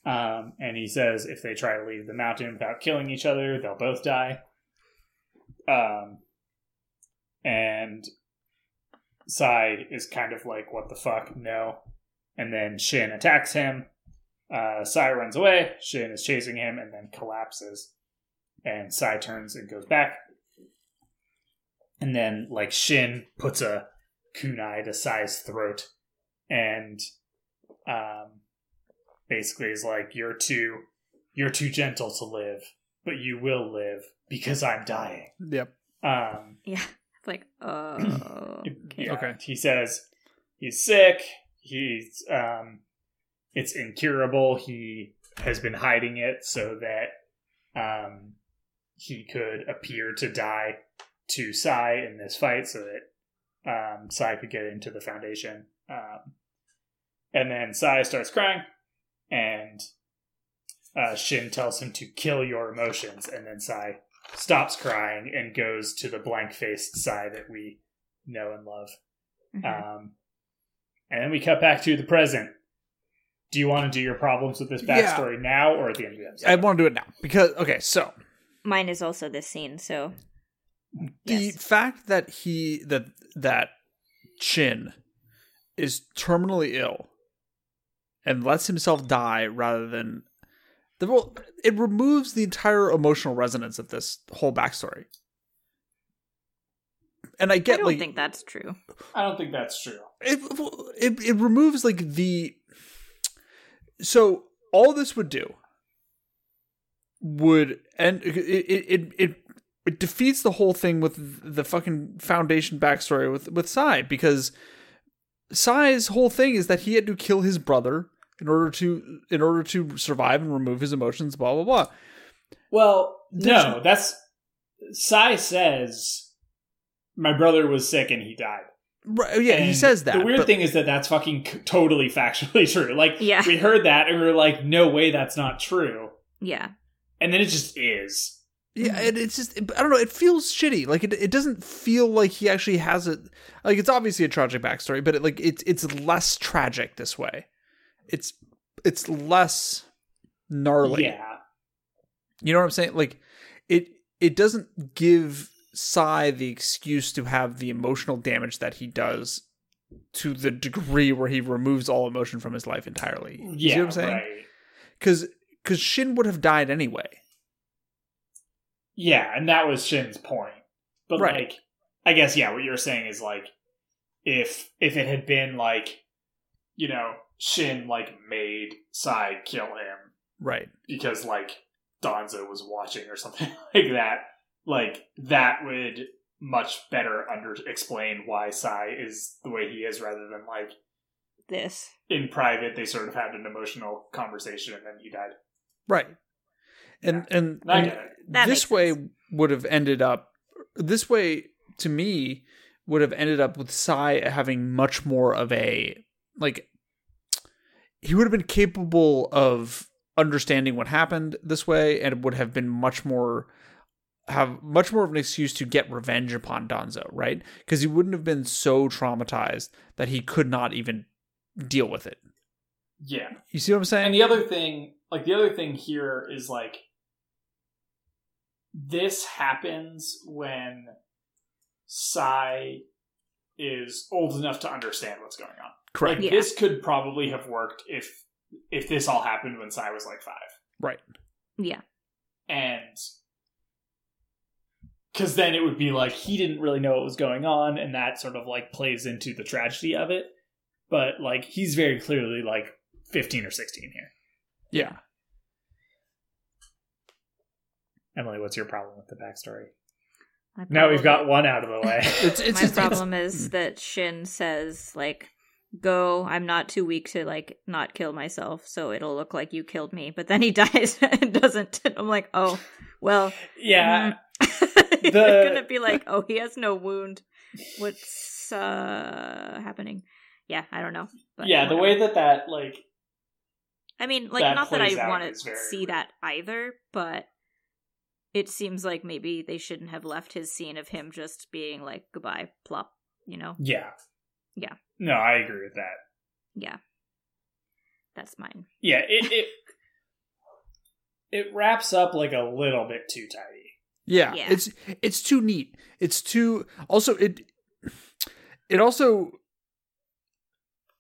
Um, and he says if they try to leave the mountain without killing each other, they'll both die. Um, and Sai is kind of like, what the fuck, no. And then Shin attacks him. Uh, Sai runs away. Shin is chasing him and then collapses. And Sai turns and goes back. And then, like, Shin puts a kunai to Sai's throat and um, basically is like, you're too, you're too gentle to live, but you will live because I'm dying.
Yep.
Um,
Yeah, it's like oh, okay.
yeah.
Okay.
He says he's sick. He's um, it's incurable. He has been hiding it so that um, he could appear to die to Sai in this fight, so that um, Sai could get into the foundation. Um, and then Sai starts crying, and uh, Shin tells him to kill your emotions, and then Sai stops crying and goes to the blank-faced Sai that we know and love.
Mhm.
Um, and then we cut back to the present. Do you want to do your problems with this
Yeah.
backstory now or at the end of the episode?
I want to do it now because okay. So
Mine is also this scene. So
the
yes.
fact that he that that Chin is terminally ill and lets himself die rather than the well, it removes the entire emotional resonance of this whole backstory. And I
I
get
don't
like
think that's true.
I don't think that's true.
it, it it removes like the so all this would do would and it it it, it defeats the whole thing with the fucking foundation backstory with with Sai because Sai's whole thing is that he had to kill his brother in order to in order to survive and remove his emotions blah blah blah
Well, no,
There's-
that's. Sai says, my brother was sick and he died.
right yeah he
And
says that
The weird
but-
thing is that that's fucking c- totally factually true. Like,
Yeah.
we heard that and we were like, no way, that's not true.
Yeah,
And then it just is.
Yeah, and it's just I don't know. It feels shitty. Like it, it doesn't feel like he actually has it. Like it's obviously a tragic backstory, but it, like it's it's less tragic this way. It's it's less gnarly.
yeah.
You know what I'm saying? Like it it doesn't give Psy the excuse to have the emotional damage that he does to the degree where he removes all emotion from his life entirely. You see
Yeah.
what I'm saying?
Right.
Because Shin would have died anyway.
Yeah, and that was Shin's point. But
Right.
like I guess yeah, what you're saying is like if if it had been like you know, Shin like made Sai kill him
Right.
because like Donzo was watching or something like that, like that would much better under explain why Sai is the way he is rather than like
This.
in private they sort of had an emotional conversation and then he died.
Right. And and,
I
and
get it.
That
this
makes
way would have ended up this way to me would have ended up with Psy having much more of a like he would have been capable of understanding what happened this way and would have been much more have much more of an excuse to get revenge upon Donzo, right? Because he wouldn't have been so traumatized that he could not even deal with it.
Yeah.
You see what I'm saying?
And the other thing, like the other thing here is like this happens when Sai is old enough to understand what's going on.
Correct.
Like
Yeah.
this could probably have worked if if this all happened when Sai was like 5
Yeah.
and cuz then it would be like he didn't really know what was going on and that sort of like plays into the tragedy of it. But like he's very clearly like 15 or 16 here.
Yeah.
Emily, what's your problem with the backstory?
My
Now we've
problem-
got one out of the way.
It's it's
my
it's- it's-
problem is that Shin says like, "Go, I'm not too weak to like not kill myself, so it'll look like you killed me." But then he dies and doesn't. And I'm like, "Oh, well."
yeah,
mm. You're
The-
gonna be like, "Oh, he has no wound. What's uh happening?" Yeah, I don't know. But
yeah. The
whatever.
way that that like,
I mean, like,
that
not that
plays
I
out
want
is
to
very
see
weird.
that either, but it seems like maybe they shouldn't have left his scene of him just being like, goodbye, plop, you know?
yeah,
Yeah.
No, I agree with that.
Yeah. That's mine.
Yeah, it it, it wraps up like a little bit too tidy.
Yeah,
Yeah.
it's it's too neat. It's too also it it also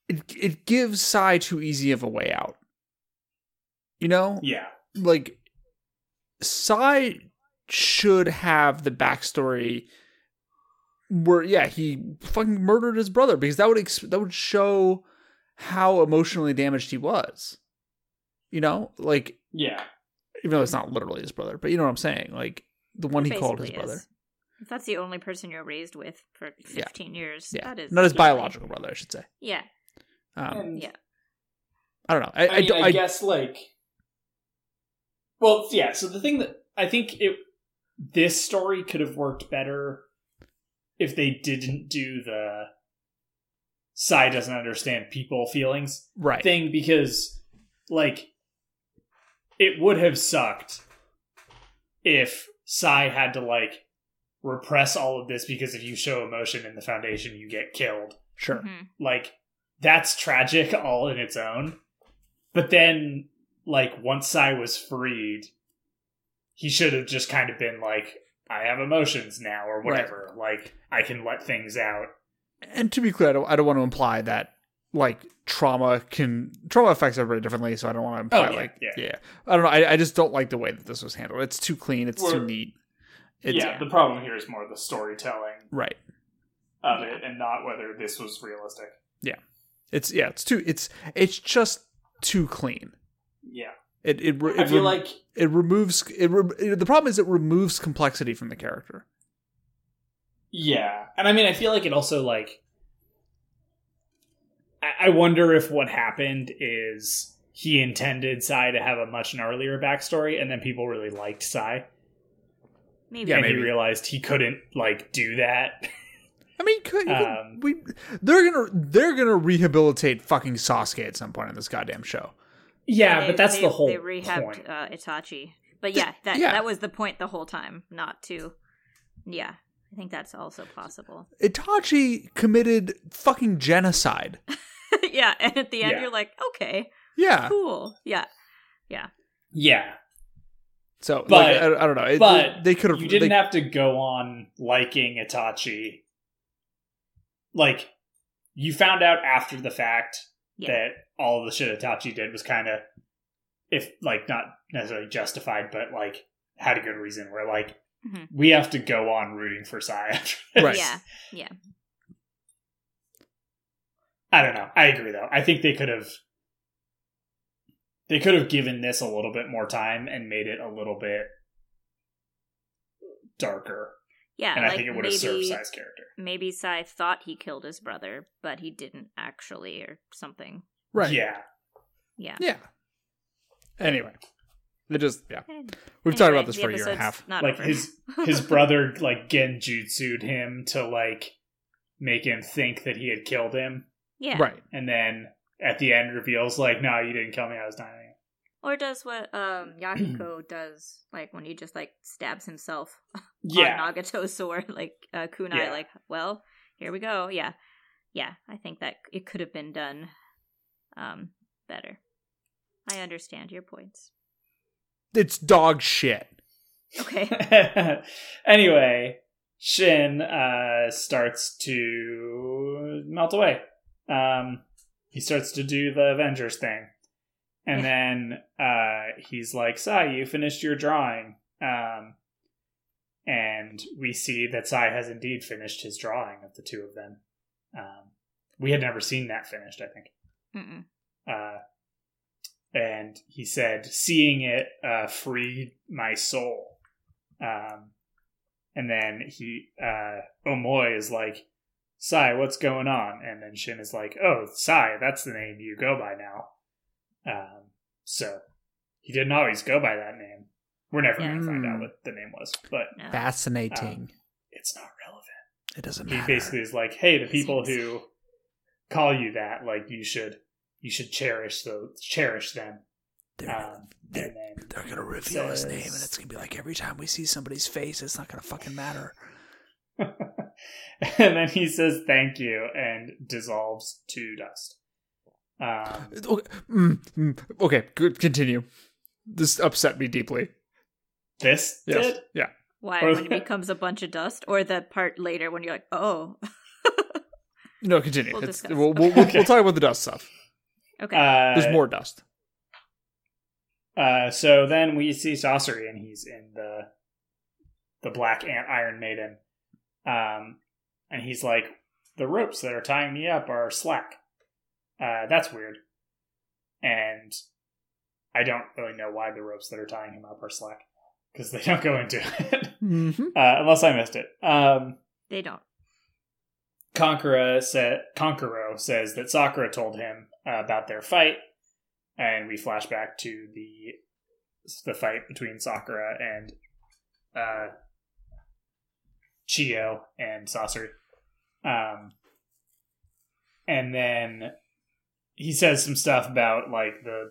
it it gives Psy too easy of a way out. You know,
Yeah,
like Psy should have the backstory where yeah he fucking murdered his brother because that would ex- that would show how emotionally damaged he was. You know, like
yeah,
even though it's not literally his brother, but you know what I'm saying, like the one
It
he called his
basically
brother.
is. If that's the only person you're raised with for
Yeah.
15 years,
yeah,
that is.
not his
definitely-
biological brother, I should say.
Yeah.
Um,
And,
yeah.
I don't know. I, I,
I, mean, I,
don't- I-
guess like, well, yeah. So the thing that I think it this story could have worked better if they didn't do the Sai doesn't understand people feelings.
right.
thing because like it would have sucked if Sai had to like repress all of this because if you show emotion in the foundation you get killed.
sure.
Mhm.
Like that's tragic all in its own. But then like once Sai was freed, he should have just kind of been like I have emotions now or whatever. Like I can let things out.
And to be clear, I don't, I don't want to imply that like trauma can trauma affects everybody differently. So I don't want to imply
Oh, yeah,
like
yeah.
I don't know. I, I just don't like the way that this was handled. It's too clean. It's too
We're-
neat. It's,
yeah, the problem here is more the storytelling
Right.
of
Yeah.
it and not whether this was realistic.
It's yeah. It's too. It's it's just too clean.
Yeah.
It it, re- it
I feel
re-
like
it removes it, re- it. The problem is it removes complexity from the character.
yeah, and I mean, I feel like it also like. I I wonder if what happened is he intended Sai to have a much gnarlier backstory, and then people really liked Sai,
Maybe.
Yeah,
and
maybe.
he realized he couldn't like do that.
I mean, could, you could-
Um,
we they're gonna they're gonna rehabilitate fucking Sasuke at some point on this goddamn show.
yeah,
They-
but that's
they-
the whole
They rehabbed
point.
Uh, Itachi. But yeah, that
yeah.
that was the point the whole time, not to. Yeah, I think that's also possible.
Itachi committed fucking genocide.
yeah, and at the end
Yeah.
you're like, okay,
Yeah.
cool. Yeah,
Yeah,
So,
But-
like, I, I don't know. It-
but
they could have.
you didn't
they-
have to go on liking Itachi. Like, you found out after the fact
Yeah.
that all the shit Itachi did was kind of, if like not necessarily justified, but like had a good reason. Where like
Mhm.
we have to go on rooting for Sai. After this.
Right.
yeah,
I don't know. I agree though. I think they could have they could have given this a little bit more time and made it a little bit darker.
yeah.
and I
like
think it would have served
maybe
Sai's character.
maybe Sai thought he killed his brother, but he didn't actually, or something.
right.
Yeah.
Yeah.
Yeah. Anyway, it just yeah.
We've
We've talked about this for a year and a half.
Not
Like
over.
his his brother like genjutsu'd him to like make him think that he had killed him
yeah.
Right.
and then at the end reveals like, no, you didn't kill me, I was dying.
Or does what um Yakiko does, like when he just like stabs himself
Yeah.
on Nagato's sword, like uh, Kunai,
Yeah.
like, well, here we go. Yeah. Yeah, I think that it could have been done um better. I understand your points.
It's dog shit.
Okay.
anyway, Shin uh, starts to melt away. Um, he starts to do the Avengers thing. And then uh, he's like, Sai, you finished your drawing. Um, and we see that Sai has indeed finished his drawing of the two of them. Um, we had never seen that finished, I think
Mm-mm.
uh, and he said, "Seeing it uh, freed my soul." Um, and then he uh, Omoy is like, "Sai, what's going on?" And then Shin is like, "Oh, Sai, that's the name you go by now." Um, so he didn't always go by that name. We're never going to find out what the name was, but
No.
Fascinating.
it's not relevant.
it doesn't
Uh, He
matter.
basically is like, "Hey, the people who call you that, like, you should." You should cherish those, cherish them,
they're,
um,
they're,
and then
they're gonna reveal his name, and
says-
it's gonna be like every time we see somebody's face, it's not gonna fucking matter.
and then he says thank you and dissolves to dust. Um,
Okay, mm, mm, okay, good. Continue. This upset me deeply.
this
Yes.
did?
Yeah.
Why
Or-
when it becomes a bunch of dust, or the part later when you're like, oh,
No, continue.
We'll
It's-
discuss.
we'll, we'll, we'll-
Okay.
we'll talk about the dust stuff.
okay,
Uh,
There's more dust.
Uh, so then we see Saucery and he's in the the Black Ant Iron Maiden, um, and he's like, the ropes that are tying me up are slack. Uh, that's weird, and I don't really know why the ropes that are tying him up are slack because they don't go into it
Mm-hmm.
uh, unless I missed it. Um,
they don't.
Conqueror sa Conqueror says that Sakura told him uh, about their fight, and we flash back to the the fight between Sakura and uh, Chio and Saucery. Um, and then he says some stuff about like the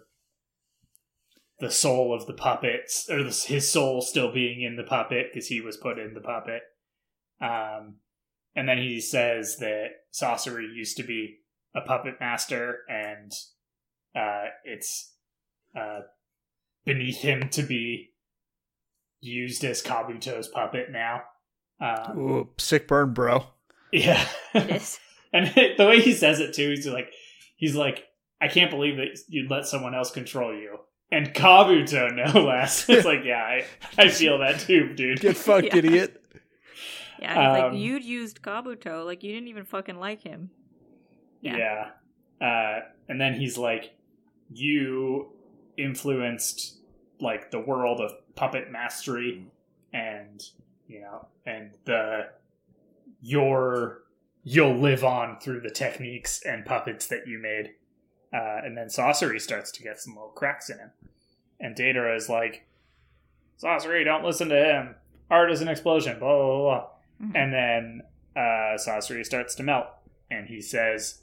the soul of the puppets or the, his soul still being in the puppet because he was put in the puppet. Um, and then he says that Sorcery used to be a puppet master, and uh, it's uh, beneath him to be used as Kabuto's puppet now. Um,
Ooh, sick burn, bro.
yeah,
It is.
and the way he says it too, he's like, he's like, I can't believe that you'd let someone else control you, and Kabuto no less. it's like, yeah, I, I feel that too, dude.
Get fucked,
Yeah.
idiot.
Yeah, he's
Um,
like you'd used Kabuto, like you didn't even fucking like him.
Yeah. Uh, and then he's like, You influenced like the world of puppet mastery and you know, and the your you'll live on through the techniques and puppets that you made. Uh, and then Saucery starts to get some little cracks in him. And Data is like, Saucery, don't listen to him. Art is an explosion, blah blah blah. blah.
Mhm.
And then uh, Sasori starts to melt, and he says,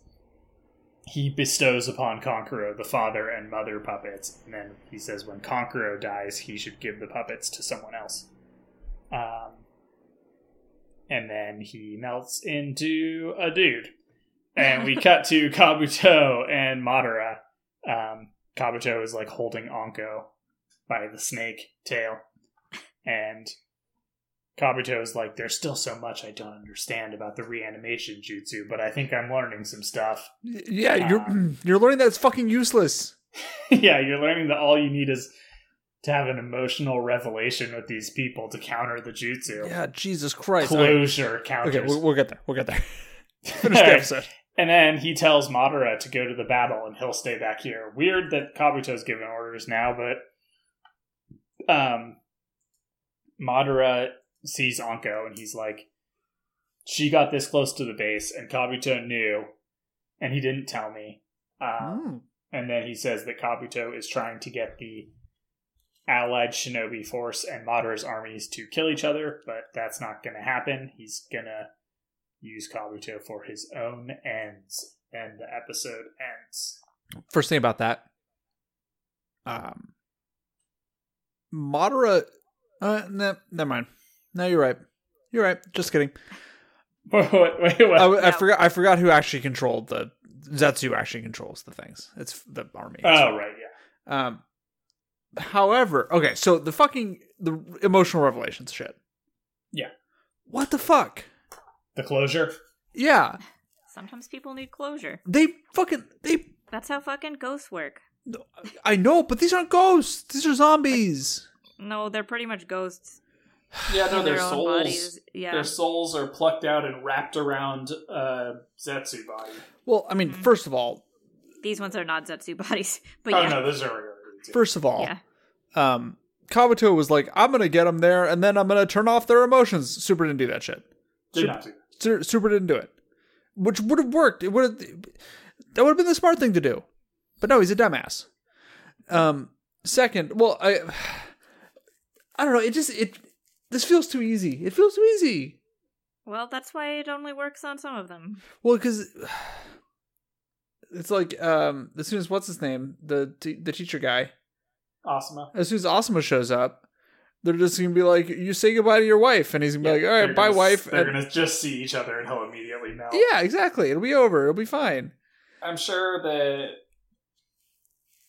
he bestows upon Conqueror the father and mother puppets, and then he says when Conqueror dies, he should give the puppets to someone else. Um, and then he melts into a dude. And we cut to Kabuto and Madara. Um, Kabuto is like holding Onko by the snake tail. And Kabuto's like, there's still so much I don't understand about the reanimation jutsu, but I think I'm learning some stuff.
Y- Yeah, you're mm, you're learning that it's fucking useless.
yeah, you're learning that all you need is to have an emotional revelation with these people to counter the jutsu.
Yeah, Jesus Christ. All right.
Closure counters.
Okay, we'll, we'll get there. We'll get there. Finish
All
the
right.
episode.
And then he tells Madara to go to the battle and he'll stay back here. Weird that Kabuto's giving orders now, but um Madara sees Anko and he's like she got this close to the base and Kabuto knew and he didn't tell me. Um,
Mm.
and then he says that Kabuto is trying to get the allied shinobi force and Madara's armies to kill each other, but that's not going to happen. He's going to use Kabuto for his own ends. And the episode ends.
First thing about that. Um Madara uh no, never mind. No, you're right. You're right. Just kidding.
Wait, wait, wait.
I, Oh, I
No.
forgot I forgot who actually controlled the Zetsu actually controls the things. It's the army.
oh, right, yeah.
Um, however, okay, so the fucking the emotional revelations shit.
Yeah.
What the fuck?
The closure.
Yeah,
Sometimes people need closure.
they fucking they.
That's how fucking ghosts work.
I know, but these aren't ghosts. These are zombies.
No, they're pretty much ghosts.
Yeah,
in their own bodies. Yeah.
souls are plucked out and wrapped around uh, Zetsu body.
Well, I mean, first of all,
These ones are not Zetsu bodies. But
oh
yeah.
no, those are regular.
first of all,
Yeah.
um, Kabuto was like, "I'm gonna get them there, and then I'm gonna turn off their emotions." Super didn't do that shit.
Did not do that.
Su- Super didn't do it, which would have worked. It would have that would have been the smart thing to do, but no, he's a dumbass. Um, second, well, I I don't know. It just it this feels too easy. It feels too easy.
Well, that's why it only works on some of them.
Well, because it's like um as soon as what's his name the t- the teacher guy
Asuma.
as soon as Asuma shows up. They're just gonna be like, you say goodbye to your wife, and he's gonna be like, all
They're
right, bye,
gonna-
wife.
They're
and-
gonna just see each other and he'll immediately melt.
yeah, exactly. It'll be over. It'll be fine.
I'm sure that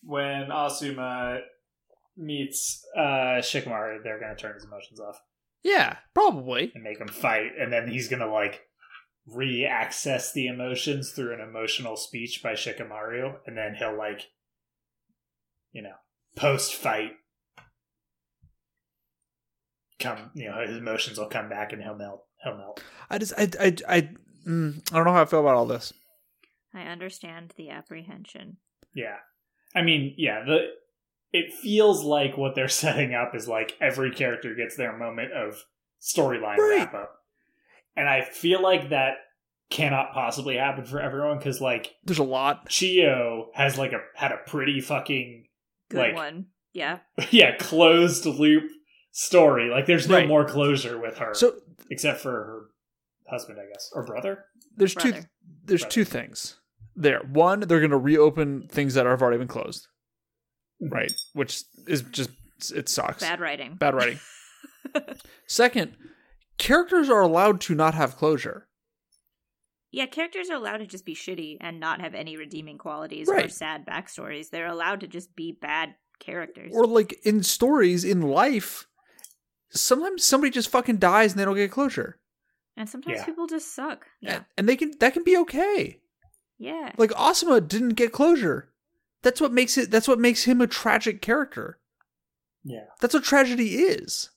when Asuma meets uh, Shikamaru, they're gonna turn his emotions off
Yeah, probably.
and make him fight, and then he's gonna like re-access the emotions through an emotional speech by Shikamaru, and then he'll like, you know, post-fight come, you know, his emotions will come back and he'll melt. He'll melt.
I just I I I, mm, I don't know how I feel about all this.
I understand the apprehension.
Yeah. I mean, yeah, the it feels like what they're setting up is like every character gets their moment of storyline
Right.
wrap up. And I feel like that cannot possibly happen for everyone because like
There's a lot.
Chio has like a had a pretty fucking
Good
Like-
one. Yeah.
yeah, closed loop story. Like there's no
Right.
more closure with her.
So
except for her husband, I guess. Or brother?
there's two
Brother.
there's two things there. One, they're going to reopen things that have already been closed, right? Which is just it sucks.
Mm-hmm. Bad writing.
Bad writing. Second, characters are allowed to not have closure.
Yeah, characters are allowed to just be shitty and not have any redeeming qualities or
Right.
sad backstories. They're allowed to just be bad characters.
Or like in stories in life, sometimes somebody just fucking dies and they don't get closure.
and sometimes
Yeah.
people just suck. Yeah.
And- And they can that can be okay.
Yeah.
Like Asuma didn't get closure. That's what makes it. That's what makes him a tragic character.
Yeah.
That's what tragedy is.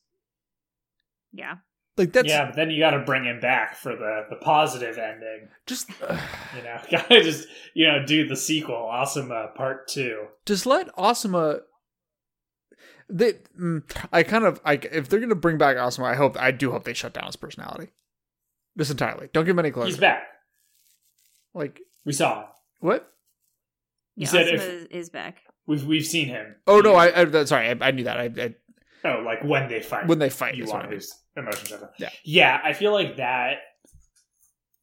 Yeah.
Like that's
yeah, but then you gotta bring him back for the, the positive ending.
just
You know, gotta just you know do the sequel, Asuma Part Two.
just let Asuma. They, mm, I kind of, I if they're gonna bring back Asuma, I hope I do hope they shut down his personality, just entirely. Don't give him any
He's
closure.
back.
Like
We saw him.
what?
You
yeah
said
Asuma
if-
is- is back.
We've we've seen him.
Oh no, I, I that- sorry, I, I knew that. I, I
oh like when they fight.
when they fight,
you
is what I
want
mean.
his emotions.
Yeah.
yeah. I feel like that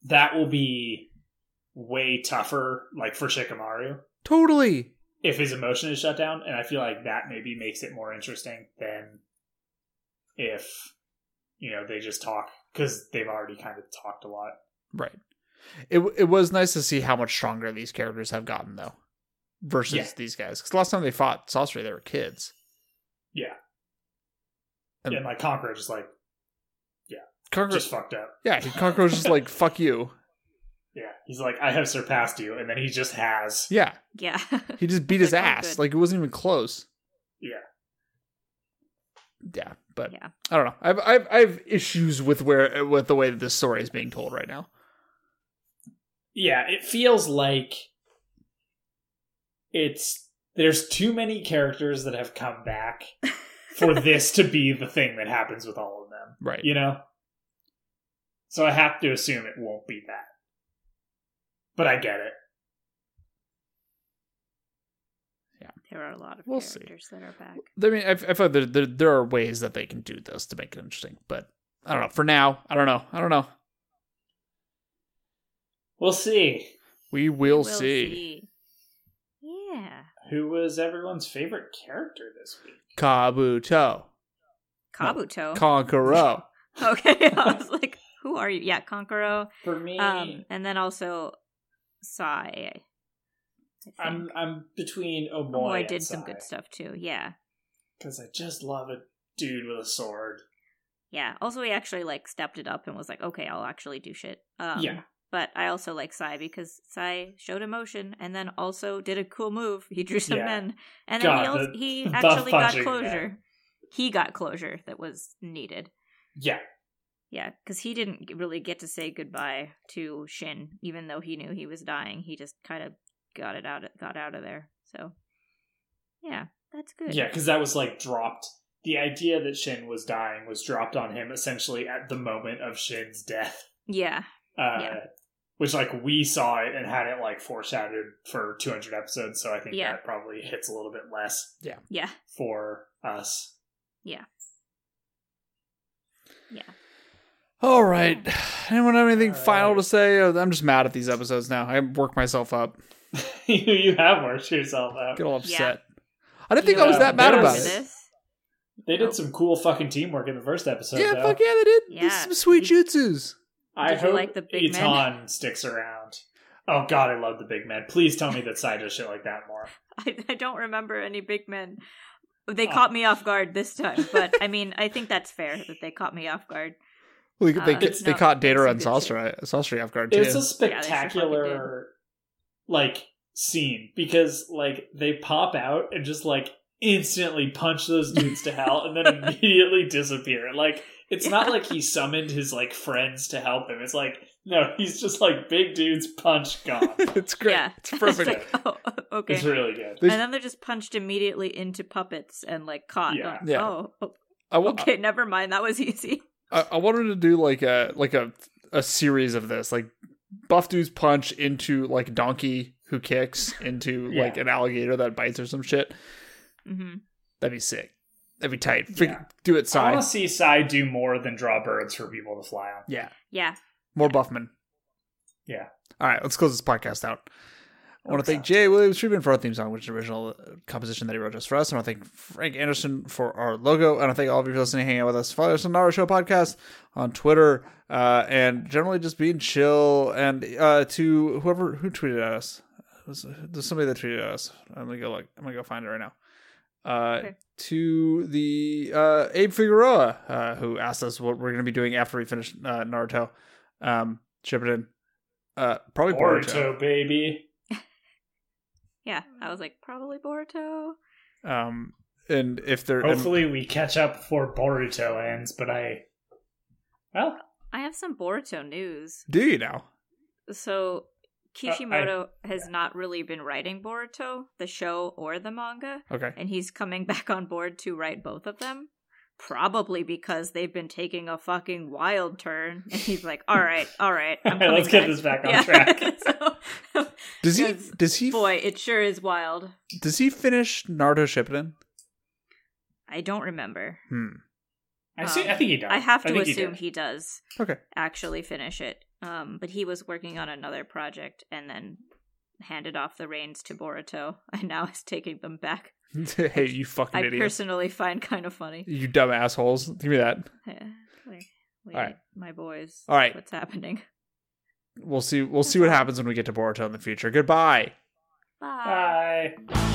that will be way tougher, like for Shikamaru,
Totally.
if his emotion is shut down, and I feel like that maybe makes it more interesting than if you know they just talk because they've already kind of talked a lot.
Right. It w- it was nice to see how much stronger these characters have gotten though, versus
Yeah.
these guys. Because last time they fought Saucer, they were kids.
Yeah.
And
and like Conqueror just like
Conqueror,
just fucked up.
yeah, Conqueror was just like fuck you.
Yeah, he's like, I have surpassed you, and then he just has.
Yeah,
Yeah.
he just beat his
Like, I'm
ass.
good.
Like it wasn't even close.
Yeah.
Yeah, but
Yeah.
I don't know. I've I've I've issues with where with the way that this story is being told right now.
Yeah, it feels like it's there's too many characters that have come back for this to be the thing that happens with all of them.
Right.
You know? So I have to assume it won't be that. But I get it.
there are a lot of
We'll see.
characters that are back.
I mean, I, I feel like there, there there are ways that they can do this to make it interesting, but I don't know. For now, I don't know. I don't know.
We'll see.
We will see.
Yeah.
Who was everyone's favorite character this week?
Kabuto,
Kabuto.
Konkoro.
okay. I was like, who are you? Yeah, Konkoro.
For me,
Um, and then also Sai. I
I'm
think.
I'm between Omoy
oh, I
and
did some
Sai.
good stuff too. Yeah.
because I just love a dude with a sword.
Yeah. Also, he actually like stepped it up and was like, okay, I'll actually do shit. Um,
Yeah.
But I also like Sai because Sai showed emotion and then also did a cool move. He drew some
Yeah.
men, and
God,
then he also,
the-
he
the
actually got
punching
closure. He got closure that was needed.
Yeah,
Yeah, because he didn't g- really get to say goodbye to Shin, even though he knew he was dying. He just kind of got it out, got out of there. So, yeah, that's good.
yeah, because that was like dropped. The idea that Shin was dying was dropped on him essentially at the moment of Shin's death,
yeah,
uh,
Yeah.
which like we saw it and had it like foreshadowed for 200 episodes. So I think
Yeah.
that probably hits a little bit less
yeah.
for us.
All right. Anyone have anything
All
final
right.
to say? Oh, I'm just mad at these episodes now. I work myself up.
you you have worked yourself
Get
out.
all
Yeah.
upset. I didn't think I
Yeah,
was that mad
there
about
was-
it.
This.
They did some cool fucking teamwork in the first episode.
Yeah,
though.
fuck yeah, they did. There's
Yeah, Mm.
some sweet
we-
jutsus.
I
Did you
hope
like the big men?
Itan sticks around. Oh god, I love the big man. Please tell me that Sai does shit like that more.
I, I don't remember any big men. They
Oh.
caught me off guard this time, but I mean, I think that's fair that they caught me off guard.
Well, they,
Uh,
they,
it's
they
not-
caught Data
it's
and
a good
Saucer, uh, Saucer off guard, too.
It's a
Yeah, they sure fucking
spectacular like scene because like they pop out and just like instantly punch those dudes to hell and then immediately disappear. Like it's not
Yeah.
like he summoned his like friends to help him. It's like no, he's just like big dudes punch gone.
it's great.
Yeah,
It's perfect.
It's like, oh, okay.
It's really good.
They-
and then they're just punched immediately into puppets and like caught.
Yeah.
Like,
Yeah.
Oh, oh,
I, wa-
okay. Never mind. That was easy.
I, I wanted to do like a like a a series of this, like buff dudes punch into like donkey who kicks into
Yeah.
like an alligator that bites or some shit.
hmm
That'd be sick. That'd be tight. Fig-
Yeah.
Do it,
I
Sai.
want to see Sai do more than draw birds for people to fly on.
yeah,
Yeah.
more Buffman.
Yeah.
All right, let's close this podcast out. I want to
Okay.
thank Jay Williams Friedman for our theme song, which is the original uh, composition that he wrote just for us. I want to thank Frank Anderson for our logo. And I thank all of you for listening, hanging out with us. Follow us on our show podcast on Twitter uh, and generally just being chill. And uh, to whoever who tweeted at us, There's- there's somebody that tweeted at us. I'm gonna go look. I'm gonna go find it right now. Uh,
Okay.
To the uh, Abe Figueroa uh, who asked us what we're gonna be doing after we finish uh, Naruto. Um, ship it in. Uh, probably Boruto.
Boruto, baby.
Yeah. I
Um,
was like, probably Boruto.
Um, and if they're and-
Hopefully, we catch up before Boruto ends. But I, well,
I have some Boruto news.
do you now?
Uh,
So Kishimoto has not really been writing Boruto, the show or the manga,
Okay.
and he's coming back on board to write both of them. Probably because they've been taking a fucking wild turn, and he's like, "All right, all right, I'm coming
let's get this back on
Yeah.
track.
so,
Does he?
Yes.
Does he?
boy, it sure is wild.
Does he finish Naruto Shippuden?
I don't remember.
Hmm.
I, see, I think he does.
Um, I have to
think he
assume
did.
he, does
Okay.
actually finish it. Um, but he was working on another project and then handed off the reins to Boruto and now is taking them back.
hey, you fucking
I
idiot.
personally find kind of funny.
you dumb assholes. Give me that.
Yeah, like, wait,
All right.
my boys.
All right.
What's happening?
Uh,
uh,
We'll see we'll see what happens when we get to Boruto in the future. Goodbye.
Bye.
Bye.